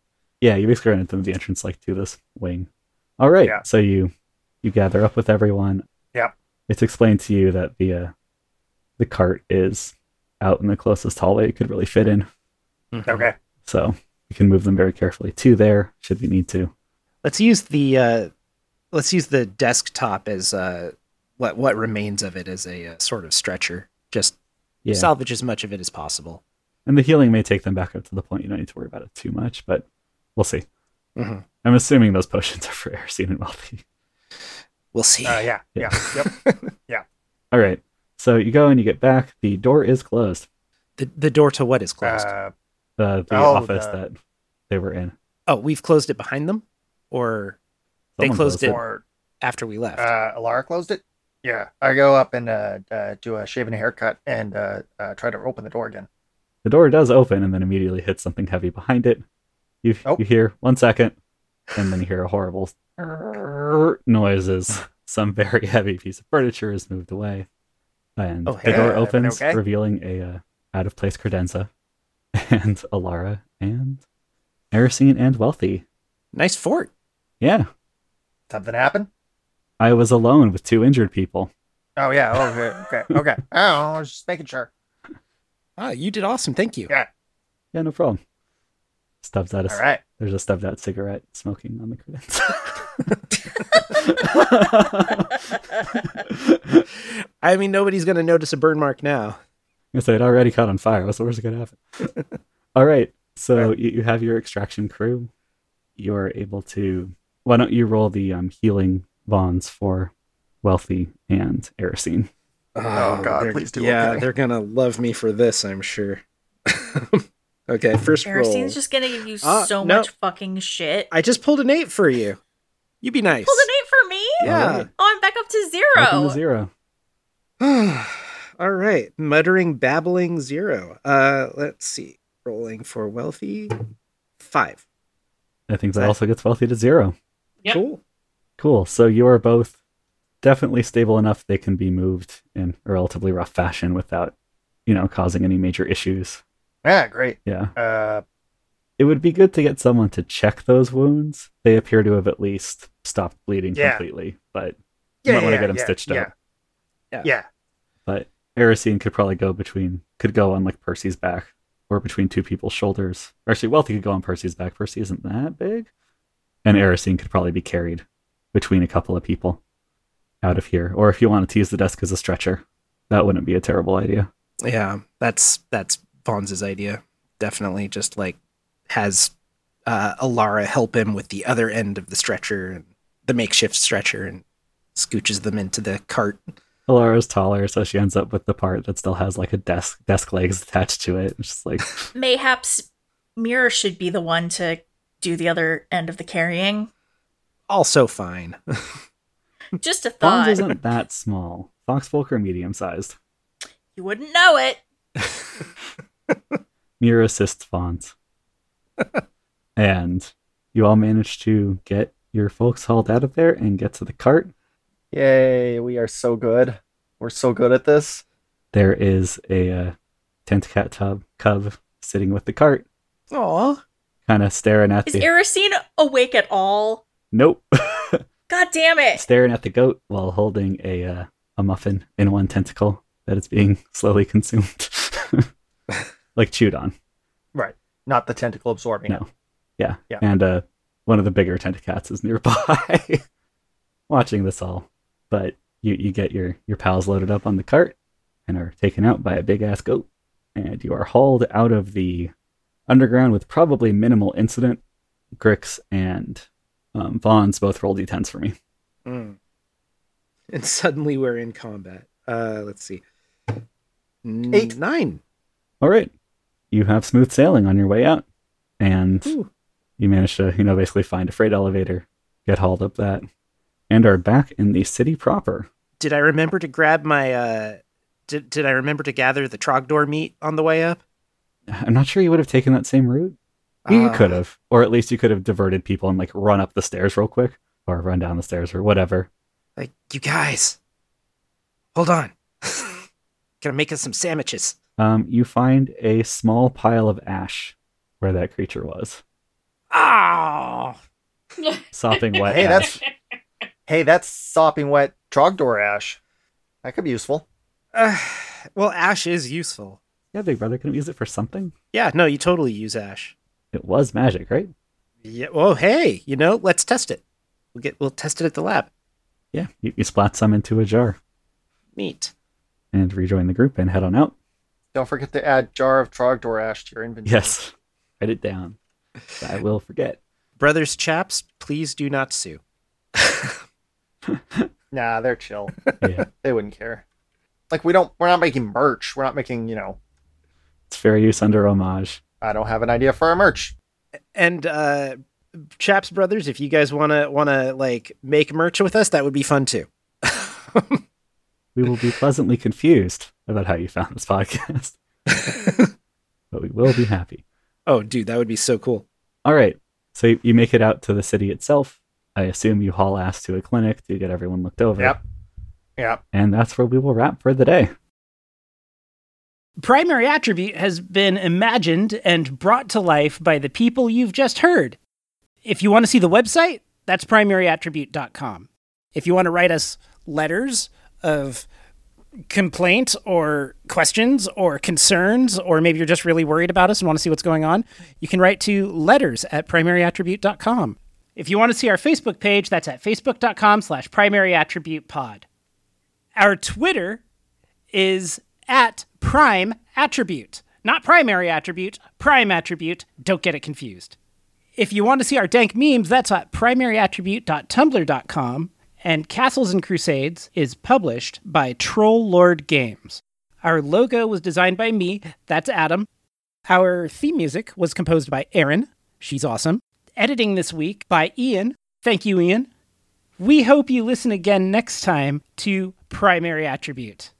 Speaker 1: Yeah, you basically run into the entrance like to this wing. All right,
Speaker 5: Yeah.
Speaker 1: so you you gather up with everyone.
Speaker 5: Yep.
Speaker 1: It's explained to you that the uh, the cart is out in the closest hallway it could really fit in,
Speaker 2: mhm.
Speaker 5: Okay.
Speaker 1: so you can move them very carefully to there should you need to.
Speaker 2: Let's use the uh, let's use the desktop as uh, what what remains of it as a uh, sort of stretcher. Just
Speaker 1: Yeah,
Speaker 2: salvage as much of it as possible.
Speaker 1: and the healing may take them back up to the point you don't need to worry about it too much, but we'll see.
Speaker 2: Mhm.
Speaker 1: I'm assuming those potions are for Aracene and Wealthy.
Speaker 2: We'll see.
Speaker 5: Uh, yeah. Yeah. yep.
Speaker 1: All right. So you go and you get back. The door is closed.
Speaker 2: The the door to what is closed?
Speaker 5: Uh,
Speaker 1: The the
Speaker 5: Oh,
Speaker 1: office
Speaker 5: the-
Speaker 1: that they were in.
Speaker 2: oh, we've closed it behind them, or They
Speaker 1: Someone
Speaker 2: closed it.
Speaker 5: or
Speaker 2: after we left.
Speaker 5: uh, Alara closed it. Yeah, I go up and uh, uh, do a shave and a haircut and uh, uh, try to open the door again.
Speaker 1: The door does open and then immediately hits something heavy behind it. You
Speaker 5: Oh.
Speaker 1: you hear one second, and then you hear a horrible noises. Some very heavy piece of furniture is moved away, and
Speaker 2: Oh,
Speaker 1: the door
Speaker 5: yeah, everything
Speaker 1: opens,
Speaker 5: okay?
Speaker 1: revealing a uh, out of place credenza, and Alara and Aracene and Wealthy.
Speaker 2: nice fort.
Speaker 1: Yeah,
Speaker 5: Something happened?
Speaker 1: I was alone with two injured people.
Speaker 5: Oh yeah. Oh, okay. Okay. okay. Oh, I was just making sure.
Speaker 2: Ah, you did awesome. Thank you.
Speaker 5: Yeah.
Speaker 1: Yeah, no problem. Stubbs out a
Speaker 5: All right.
Speaker 1: there's a stubbed out cigarette smoking on the credenza.
Speaker 2: I mean, nobody's gonna notice a burn mark now.
Speaker 1: I said it already caught on fire. What's the worst that could happen? All right. So You, you have your extraction crew. You're able to. Why don't you roll the um, healing bonds for wealthy and Aracene?
Speaker 5: Oh, God,
Speaker 2: they're-
Speaker 5: please do,
Speaker 2: Yeah,
Speaker 5: okay.
Speaker 2: they're gonna love me for this, I'm sure. okay, first roll.
Speaker 3: Aristine's just gonna give you
Speaker 2: Ah,
Speaker 3: so
Speaker 2: no.
Speaker 3: much fucking shit.
Speaker 2: I just pulled an eight for you. You be nice.
Speaker 3: Pulled an eight for me.
Speaker 2: Yeah.
Speaker 1: Alright.
Speaker 3: Oh, I'm back up to
Speaker 1: Welcome
Speaker 3: zero.
Speaker 1: to zero.
Speaker 2: All right, muttering, babbling zero. Uh, let's see. Rolling for wealthy, five.
Speaker 1: I think that
Speaker 5: Nice.
Speaker 1: also gets wealthy to zero.
Speaker 4: Yep.
Speaker 2: Cool.
Speaker 1: Cool. So you are both definitely stable enough they can be moved in a relatively rough fashion without, you know, causing any major issues.
Speaker 5: Yeah, great.
Speaker 1: Yeah.
Speaker 5: Uh,
Speaker 1: It would be good to get someone to check those wounds. They appear to have at least stopped bleeding
Speaker 5: Yeah.
Speaker 1: completely, but
Speaker 5: yeah,
Speaker 1: might wanna
Speaker 5: yeah,
Speaker 1: get 'em
Speaker 5: yeah,
Speaker 1: stitched
Speaker 5: yeah.
Speaker 1: up.
Speaker 5: Yeah.
Speaker 2: Yeah.
Speaker 1: but Aracene could probably go between could go on like Percy's back or between two people's shoulders. Or actually, Wealthy could go on Percy's back. Percy isn't that big, and Aracene could probably be carried between a couple of people out of here. Or if you wanted to use the desk as a stretcher, that wouldn't be a terrible idea.
Speaker 2: Yeah, that's that's Bonz's idea. Definitely, just like has uh, Alara help him with the other end of the stretcher and the makeshift stretcher, and scooches them into the cart.
Speaker 1: Alara's taller, so she ends up with the part that still has like a desk desk legs attached to it. It's just like
Speaker 3: Mayhaps Mirror should be the one to do the other end of the carrying.
Speaker 2: Also fine.
Speaker 3: Just a
Speaker 1: Bonds
Speaker 3: thought.
Speaker 1: isn't that small. Fox Folk are medium sized.
Speaker 3: You wouldn't know it.
Speaker 1: Mirror assists Fonz. and you all manage to get your folks hauled out of there and get to the cart.
Speaker 5: Yay! We are so good. We're so good at this.
Speaker 1: There is a uh, tent cat tub cub sitting with the cart,
Speaker 2: Aw.
Speaker 1: kind of staring at
Speaker 3: Is
Speaker 1: the
Speaker 3: Aracene awake at all?
Speaker 1: nope,
Speaker 3: God damn it.
Speaker 1: staring at the goat while holding a uh, a muffin in one tentacle that is being slowly consumed, like chewed on.
Speaker 5: Not the tentacle absorbing.
Speaker 1: No.
Speaker 5: it.
Speaker 1: Yeah.
Speaker 5: Yeah.
Speaker 1: And uh, one of the bigger tentacats is nearby watching this all. But you, you get your, your pals loaded up on the cart and are taken out by a big ass goat. And you are hauled out of the underground with probably minimal incident. Grix and um, Vaughn's both roll d10s for me.
Speaker 6: Mm. And suddenly we're in combat. Uh, let's see. N-
Speaker 5: Eight.
Speaker 6: Nine.
Speaker 1: All right. You have smooth sailing on your way out. And
Speaker 6: Ooh.
Speaker 1: you manage to, you know, basically find a freight elevator, get hauled up that, and are back in the city proper.
Speaker 6: Did I remember to grab my, uh, did, did I remember to gather the Trogdor meat on the way up?
Speaker 1: I'm not sure you would have taken that same route. You
Speaker 5: Uh,
Speaker 6: Ah,
Speaker 1: could have. Or at least you could have diverted people and like run up the stairs real quick or run down the stairs or whatever.
Speaker 6: Like, you guys, hold on. Gonna make us some sandwiches.
Speaker 1: Um, you find a small pile of ash where that creature was,
Speaker 6: Oh,
Speaker 1: sopping wet.
Speaker 5: Hey,
Speaker 1: ash.
Speaker 5: that's- Hey, that's sopping wet Trogdor ash. That could be useful.
Speaker 6: uh, well, ash is useful.
Speaker 1: yeah, Big Brother couldn't use it for something.
Speaker 6: Yeah, no, you totally use ash.
Speaker 1: It was magic, right?
Speaker 6: Yeah. Oh, hey, you know, let's test it. We'll get, we'll test it at the lab.
Speaker 1: Yeah, you, you splat some into a jar
Speaker 6: Neat.
Speaker 1: and rejoin the group and head on out.
Speaker 5: Don't forget to add jar of Trogdor ash to your inventory.
Speaker 1: Yes, write it down. I will forget.
Speaker 6: Brothers, chaps, please do not sue.
Speaker 5: Nah, they're chill.
Speaker 1: Yeah,
Speaker 5: they wouldn't care. Like we don't. We're not making merch. We're not making. You know.
Speaker 1: it's fair use under homage.
Speaker 5: I don't have an idea for our merch.
Speaker 6: And uh chaps brothers, if you guys want to want to like make merch with us, that would be fun too.
Speaker 1: We will be pleasantly confused about how you found this podcast, but we will be happy.
Speaker 6: oh, dude, that would be so cool.
Speaker 1: All right. So you, you make it out to the city itself. I assume you haul ass to a clinic to get everyone looked over.
Speaker 5: Yep. Yep.
Speaker 1: And that's where we will wrap for the day.
Speaker 2: Primary attribute has been imagined and brought to life by the people you've just heard. If you want to see the website, that's primaryattribute.com. If you want to write us letters of complaint or questions or concerns, or maybe you're just really worried about us and want to see what's going on, you can write to letters at primaryattribute.com. If you want to see our Facebook page, that's at facebook.com slash primaryattributepod. Our Twitter is at prime attribute, not primary attribute, prime attribute. Don't get it confused. If you want to see our dank memes, that's at primaryattribute.tumblr.com. And Castles and Crusades is published by Troll Lord Games. Our logo was designed by me, that's Adam. Our theme music was composed by Erin, she's awesome. Editing this week by Ian, thank you, Ian. We hope you listen again next time to Primary Attribute.